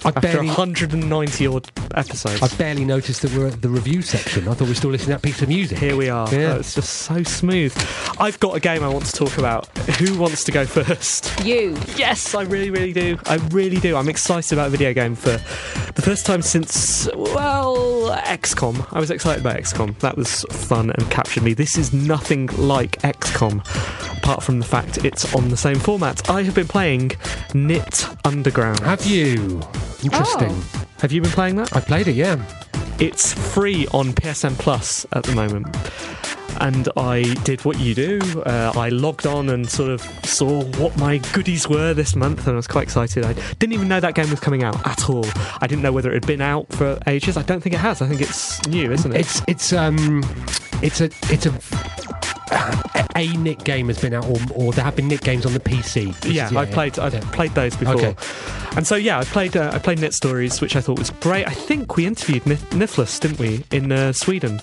[SPEAKER 5] I
[SPEAKER 4] after
[SPEAKER 5] barely,
[SPEAKER 4] 190 odd episodes.
[SPEAKER 5] I barely noticed that we're at the review section. I thought we were still listening to that piece of music.
[SPEAKER 4] Here we are.
[SPEAKER 5] Yeah.
[SPEAKER 4] Oh, it's just so smooth. I've got a game I want to talk about. Who wants to go first?
[SPEAKER 6] You.
[SPEAKER 4] Yes, I really, really do. I really do. I'm excited about a video game for the first time since, well, XCOM. I was excited by XCOM. That was fun and captured me. This is nothing like XCOM, apart from the fact it's on the same format. I have been playing Knit Underground.
[SPEAKER 5] Have you? Interesting.
[SPEAKER 7] Oh.
[SPEAKER 4] Have you been playing that?
[SPEAKER 5] I played it, yeah.
[SPEAKER 4] It's free on PSN Plus at the moment. And I did what you do. Uh, I logged on and sort of saw what my goodies were this month, and I was quite excited. I didn't even know that game was coming out at all. I didn't know whether it had been out for ages. I don't think it has. I think it's new, isn't it?
[SPEAKER 5] It's it's um it's a it's a a Nick game has been out, or, or there have been Nick games on the PC. which
[SPEAKER 4] yeah,
[SPEAKER 5] is-
[SPEAKER 4] I've played I've
[SPEAKER 5] yeah.
[SPEAKER 4] played those before.
[SPEAKER 5] Okay.
[SPEAKER 4] And so yeah, I played uh, I played Knit Stories, which I thought was great. I think we interviewed Nif- Niflus, didn't we, in uh, Sweden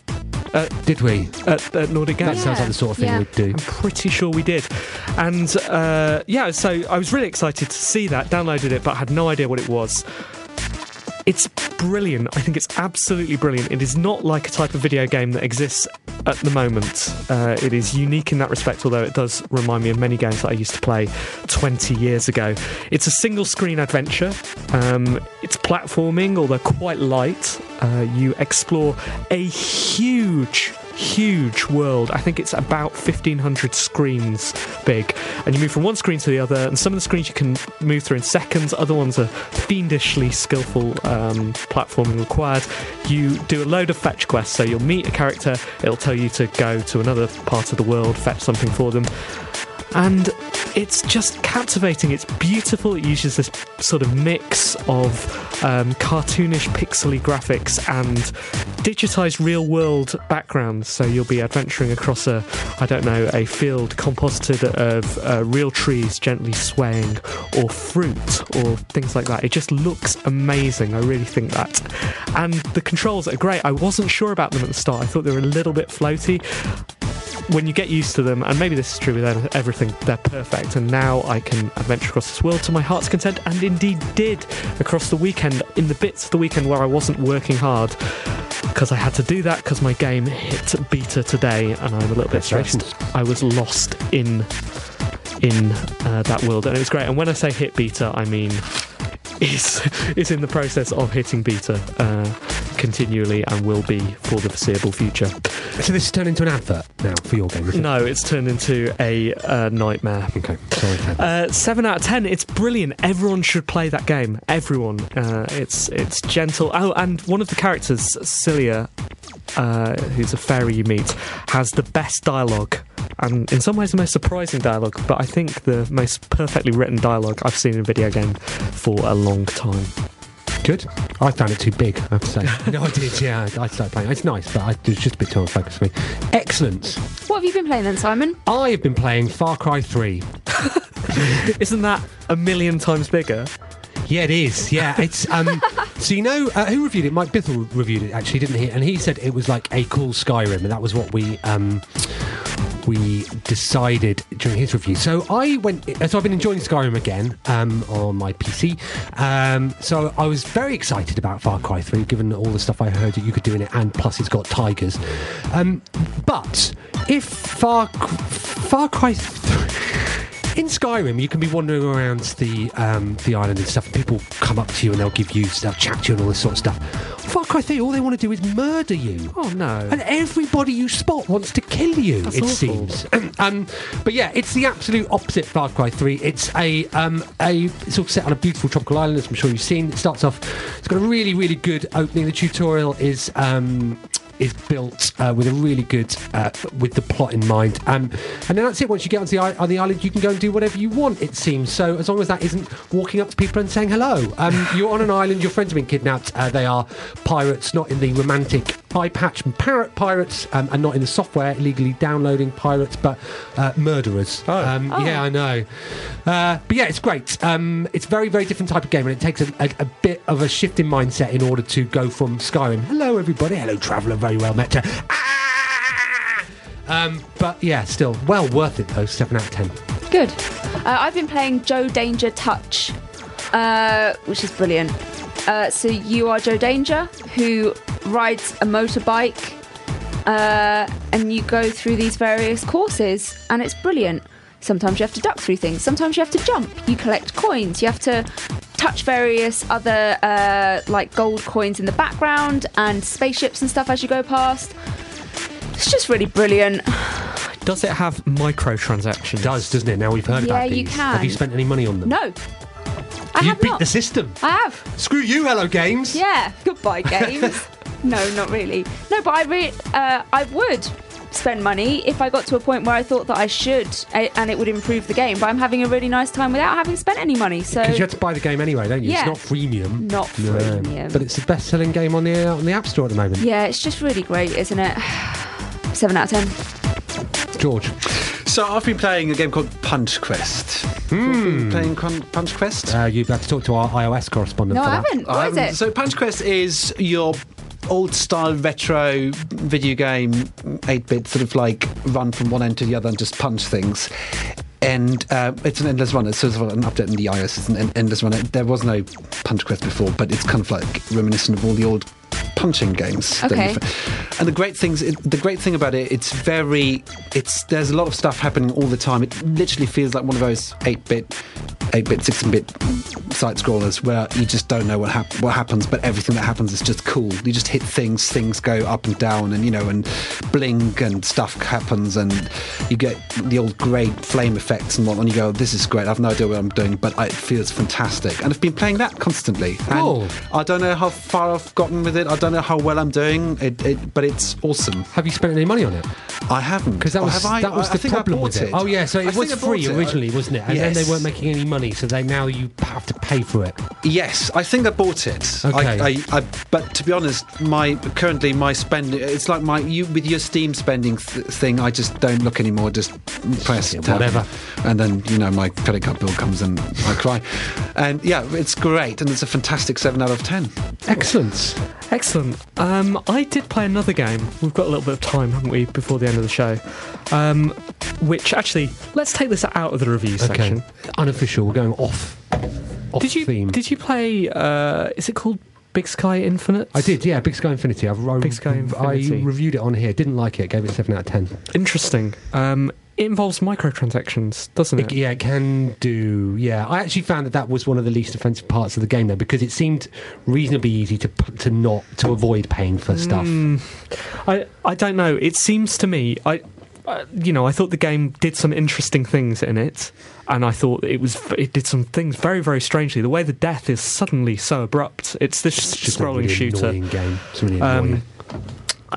[SPEAKER 5] Did we?
[SPEAKER 4] at, at Nordic Games?
[SPEAKER 5] That sounds like the sort of thing
[SPEAKER 6] Yeah.
[SPEAKER 5] we'd do.
[SPEAKER 4] I'm pretty sure we did. And uh, yeah, so I was really excited to see that, downloaded it, but had no idea what it was. It's brilliant. I think it's absolutely brilliant. It is not like a type of video game that exists at the moment. Uh, it is unique in that respect, although it does remind me of many games that I used to play 20 years ago. It's a single screen adventure. Um, it's platforming, although quite light. Uh, you explore a huge huge world. I think it's about 1500 screens big. And you move from one screen to the other, and some of the screens you can move through in seconds, other ones are fiendishly skillful um, platforming required. You do a load of fetch quests, so you'll meet a character, it'll tell you to go to another part of the world, fetch something for them and it's just captivating. It's beautiful. It uses this sort of mix of um, cartoonish, pixely graphics and digitized real world backgrounds. So you'll be adventuring across a, I don't know, a field composited of uh, real trees gently swaying, or fruit, or things like that. It just looks amazing. I really think that. And the controls are great. I wasn't sure about them at the start. I thought they were a little bit floaty when you get used to them, and maybe this is true with ev- everything, they're perfect. And now I can adventure across this world to my heart's content, and indeed did across the weekend, in the bits of the weekend where I wasn't working hard, because I had to do that because my game hit beta today, and I'm a little bit stressed. I was lost in in uh, that world, and it was great. And when I say hit beta, I mean is is in the process of hitting beta uh, continually and will be for the foreseeable future.
[SPEAKER 5] So this has turned into an advert now for your game. isn't it?
[SPEAKER 4] No, it's turned into a uh, nightmare.
[SPEAKER 5] Okay. Sorry. Ted.
[SPEAKER 4] Uh, seven out of ten. It's brilliant. Everyone should play that game. Everyone. Uh, it's it's gentle. Oh, and one of the characters, Cilia, uh, who's a fairy you meet, has the best dialogue, and in some ways the most surprising dialogue. But I think the most perfectly written dialogue I've seen in a video game for a long time.
[SPEAKER 5] Good. I found it too big, I have to say. no, I did, yeah. I started playing. It's nice, but I, it's just a bit too unfocused for me. Excellent.
[SPEAKER 6] What have you been playing then, Simon?
[SPEAKER 5] I've been playing Far Cry 3.
[SPEAKER 4] Isn't that a million times bigger?
[SPEAKER 5] Yeah, it is. Yeah, it's. Um, so you know uh, who reviewed it? Mike Bithell reviewed it actually, didn't he? And he said it was like a cool Skyrim, and that was what we um, we decided during his review. So I went. uh, So I've been enjoying Skyrim again um, on my PC. Um, so I was very excited about Far Cry Three, given all the stuff I heard that you could do in it, and plus it's got tigers. Um, but if Far Far Cry. 3 in Skyrim, you can be wandering around the um, the island and stuff, and people come up to you and they'll give you, they'll chat to you and all this sort of stuff. Far Cry 3, all they want to do is murder you.
[SPEAKER 4] Oh, no.
[SPEAKER 5] And everybody you spot wants to kill you, it
[SPEAKER 4] awful.
[SPEAKER 5] seems. um, but yeah, it's the absolute opposite Far Cry 3. It's a um, a sort of set on a beautiful tropical island, as I'm sure you've seen. It starts off, it's got a really, really good opening. The tutorial is. Um, is built uh, with a really good uh, with the plot in mind, um, and then that's it. Once you get onto the, i- on the island, you can go and do whatever you want. It seems so as long as that isn't walking up to people and saying hello. Um, you're on an island. Your friends have been kidnapped. Uh, they are pirates, not in the romantic pie patch and parrot pirates, um, and not in the software illegally downloading pirates, but uh, murderers. Um, Yeah, I know. Uh, but yeah, it's great. Um, it's very, very different type of game, and it takes a, a, a bit of a shift in mindset in order to go from Skyrim. Hello, everybody. Hello, traveller. Very well met. To, "Ah!" um, but yeah, still well worth it though. Seven out of ten.
[SPEAKER 6] Good. Uh, I've been playing Joe Danger Touch, uh, which is brilliant. Uh, so you are Joe Danger, who rides a motorbike, uh, and you go through these various courses, and it's brilliant. Sometimes you have to duck through things. Sometimes you have to jump. You collect coins. You have to touch various other uh, like gold coins in the background and spaceships and stuff as you go past. It's just really brilliant.
[SPEAKER 4] Does it have microtransactions?
[SPEAKER 5] Does doesn't it? Now we've heard
[SPEAKER 6] Yeah,
[SPEAKER 5] about
[SPEAKER 6] you
[SPEAKER 5] these.
[SPEAKER 6] can.
[SPEAKER 5] Have you spent any money on them?
[SPEAKER 6] No, I
[SPEAKER 5] You
[SPEAKER 6] have
[SPEAKER 5] beat
[SPEAKER 6] not.
[SPEAKER 5] the system.
[SPEAKER 6] I have.
[SPEAKER 5] Screw you, Hello Games.
[SPEAKER 6] Yeah, goodbye games. no, not really. No, but I re- uh, I would spend money if I got to a point where I thought that I should, a- and it would improve the game. But I'm having a really nice time without having spent any money. So
[SPEAKER 5] Because you had to buy the game anyway, don't you?
[SPEAKER 6] Uh, Yeah.
[SPEAKER 5] It's not freemium.
[SPEAKER 6] Not freemium.
[SPEAKER 5] But it's the best selling game on the uh, on the App Store at the moment.
[SPEAKER 6] yeah, it's just really great, isn't it? Seven out of ten.
[SPEAKER 5] George.
[SPEAKER 7] So I've been playing a game called Punch Quest. Been Playing Con- Punch Quest.
[SPEAKER 5] Hmm. Uh, you've had to talk to our iOS correspondent.
[SPEAKER 6] No,
[SPEAKER 5] for
[SPEAKER 6] I
[SPEAKER 5] that.
[SPEAKER 6] haven't. What is
[SPEAKER 7] Um,
[SPEAKER 6] it?
[SPEAKER 7] So Punch Quest is your old style retro video game, 8 bit sort of like run from one end to the other and just punch things. And uh, it's an endless run. It's sort of an update in the iOS. It's an en- endless run. There was no Punch Quest before, but it's kind of like reminiscent of all the old punching games. that
[SPEAKER 6] Okay.
[SPEAKER 7] you've- and the great things, it, the great thing about it, it's very, it's there's a lot of stuff happening all the time. It literally feels like one of those eight bit, eight bit, sixteen bit side scrollers where you just don't know what hap- what happens, but everything that happens is just cool. You just hit things, things go up and down, and you know, and blink and stuff happens, and you get the old great flame effects and whatnot. And you go, this is great. I've no idea what I'm doing, but I, it feels fantastic. And I've been playing that constantly. And
[SPEAKER 5] Cool.
[SPEAKER 7] I don't know how far I've gotten with it. I don't know how well I'm doing. It, it but it's awesome.
[SPEAKER 5] Have you spent any money on it?
[SPEAKER 7] I haven't
[SPEAKER 5] 'Cause that
[SPEAKER 7] Or
[SPEAKER 5] was
[SPEAKER 7] Oh, have I-
[SPEAKER 5] that was
[SPEAKER 7] I- I
[SPEAKER 5] the
[SPEAKER 7] think I
[SPEAKER 5] problem
[SPEAKER 7] bought
[SPEAKER 5] with it. Oh yeah, so
[SPEAKER 7] I
[SPEAKER 5] it
[SPEAKER 7] think
[SPEAKER 5] was
[SPEAKER 7] I bought
[SPEAKER 5] free
[SPEAKER 7] it. I-
[SPEAKER 5] originally, wasn't it? And then
[SPEAKER 7] Yes.
[SPEAKER 5] they weren't making any money, so they now you have to pay for it.
[SPEAKER 7] Yes, I think I bought it.
[SPEAKER 5] Okay.
[SPEAKER 7] I, I, I, but to be honest, my currently my spending it's like my you with your Steam spending th- thing. I just don't look anymore. Just press
[SPEAKER 5] Yeah,
[SPEAKER 7] tab.
[SPEAKER 5] whatever.
[SPEAKER 7] and then you know my credit card bill comes and I cry. And yeah, it's great, and it's a fantastic seven out of ten.
[SPEAKER 5] Excellent.
[SPEAKER 4] Excellent. Um, I did play another game. We've got a little bit of time, haven't we, before the end of the show? Um, which actually, let's take this out of the review
[SPEAKER 5] Okay.
[SPEAKER 4] section.
[SPEAKER 5] Unofficial. We're going off. Off
[SPEAKER 4] Did you
[SPEAKER 5] theme.
[SPEAKER 4] did you play? Uh, is it called Big Sky Infinite?
[SPEAKER 5] I did, yeah. Big Sky Infinity. I've, I,
[SPEAKER 4] Big Sky Infinity.
[SPEAKER 5] I reviewed it on here. Didn't like it. Gave it seven out of ten.
[SPEAKER 4] Interesting. Um, it involves microtransactions, doesn't it?
[SPEAKER 5] It- yeah, it can do. Yeah, I actually found that that was one of the least offensive parts of the game, though, because it seemed reasonably easy to p- to not to avoid paying
[SPEAKER 4] Mm,
[SPEAKER 5] for stuff.
[SPEAKER 4] I, I don't know. It seems to me, I, I, you know, I thought the game did some interesting things in it, and I thought it was it did some things very very strangely. The way the death is suddenly so abrupt. It's this
[SPEAKER 5] Just a
[SPEAKER 4] scrolling
[SPEAKER 5] really
[SPEAKER 4] shooter,
[SPEAKER 5] annoying game. It's really
[SPEAKER 4] Um,
[SPEAKER 5] annoying.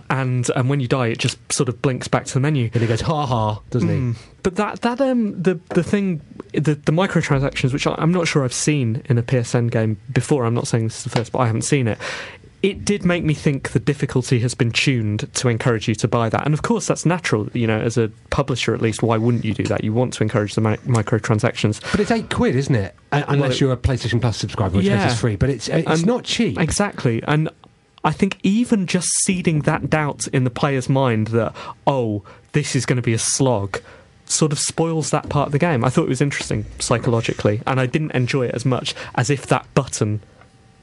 [SPEAKER 4] and and when you die, it just sort of blinks back to the menu.
[SPEAKER 5] and he goes ha ha, doesn't he?
[SPEAKER 4] But that that um the the thing the the microtransactions which I, I'm not sure I've seen in a PSN game before. I'm not saying this is the first, but I haven't seen it. It did make me think the difficulty has been tuned to encourage you to buy that, and of course that's natural. You know, as a publisher at least, why wouldn't you do that? You want to encourage the mi- microtransactions.
[SPEAKER 5] But it's eight quid, isn't it? Uh, unless
[SPEAKER 4] it-
[SPEAKER 5] you're a PlayStation Plus subscriber, which
[SPEAKER 4] Yeah. Um,
[SPEAKER 5] makes it free. But it's uh, it's
[SPEAKER 4] And-
[SPEAKER 5] not cheap.
[SPEAKER 4] Exactly. And I think even just seeding that doubt in the player's mind that, oh, this is going to be a slog, sort of spoils that part of the game. I thought it was interesting psychologically, and I didn't enjoy it as much as if that button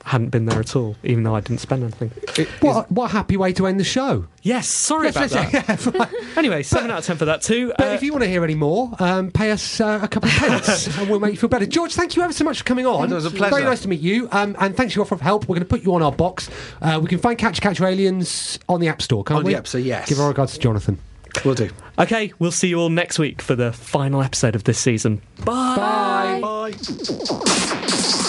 [SPEAKER 4] hadn't been there at all, even though I didn't spend anything.
[SPEAKER 5] what, what a happy way to end the show.
[SPEAKER 4] Yes, sorry about
[SPEAKER 5] Let's-
[SPEAKER 4] that. Anyway, 7 out of 10 for that too.
[SPEAKER 5] But
[SPEAKER 4] Uh,
[SPEAKER 5] if you want to hear any more, um, pay us uh, a couple of pence and we'll make you feel better. George, thank you ever so much for coming on.
[SPEAKER 7] It was a pleasure.
[SPEAKER 5] Very nice to meet you. Um, and thanks for your offer of help. We're going to put you on our box. Uh, we can find Catch Catch Your Aliens on the App Store, can't
[SPEAKER 7] On the
[SPEAKER 5] we?
[SPEAKER 7] App Store, yes.
[SPEAKER 5] Give our regards to Jonathan.
[SPEAKER 7] We'll do.
[SPEAKER 4] Uh, okay, we'll see you all next week for the final episode of this season.
[SPEAKER 5] Bye.
[SPEAKER 7] Bye.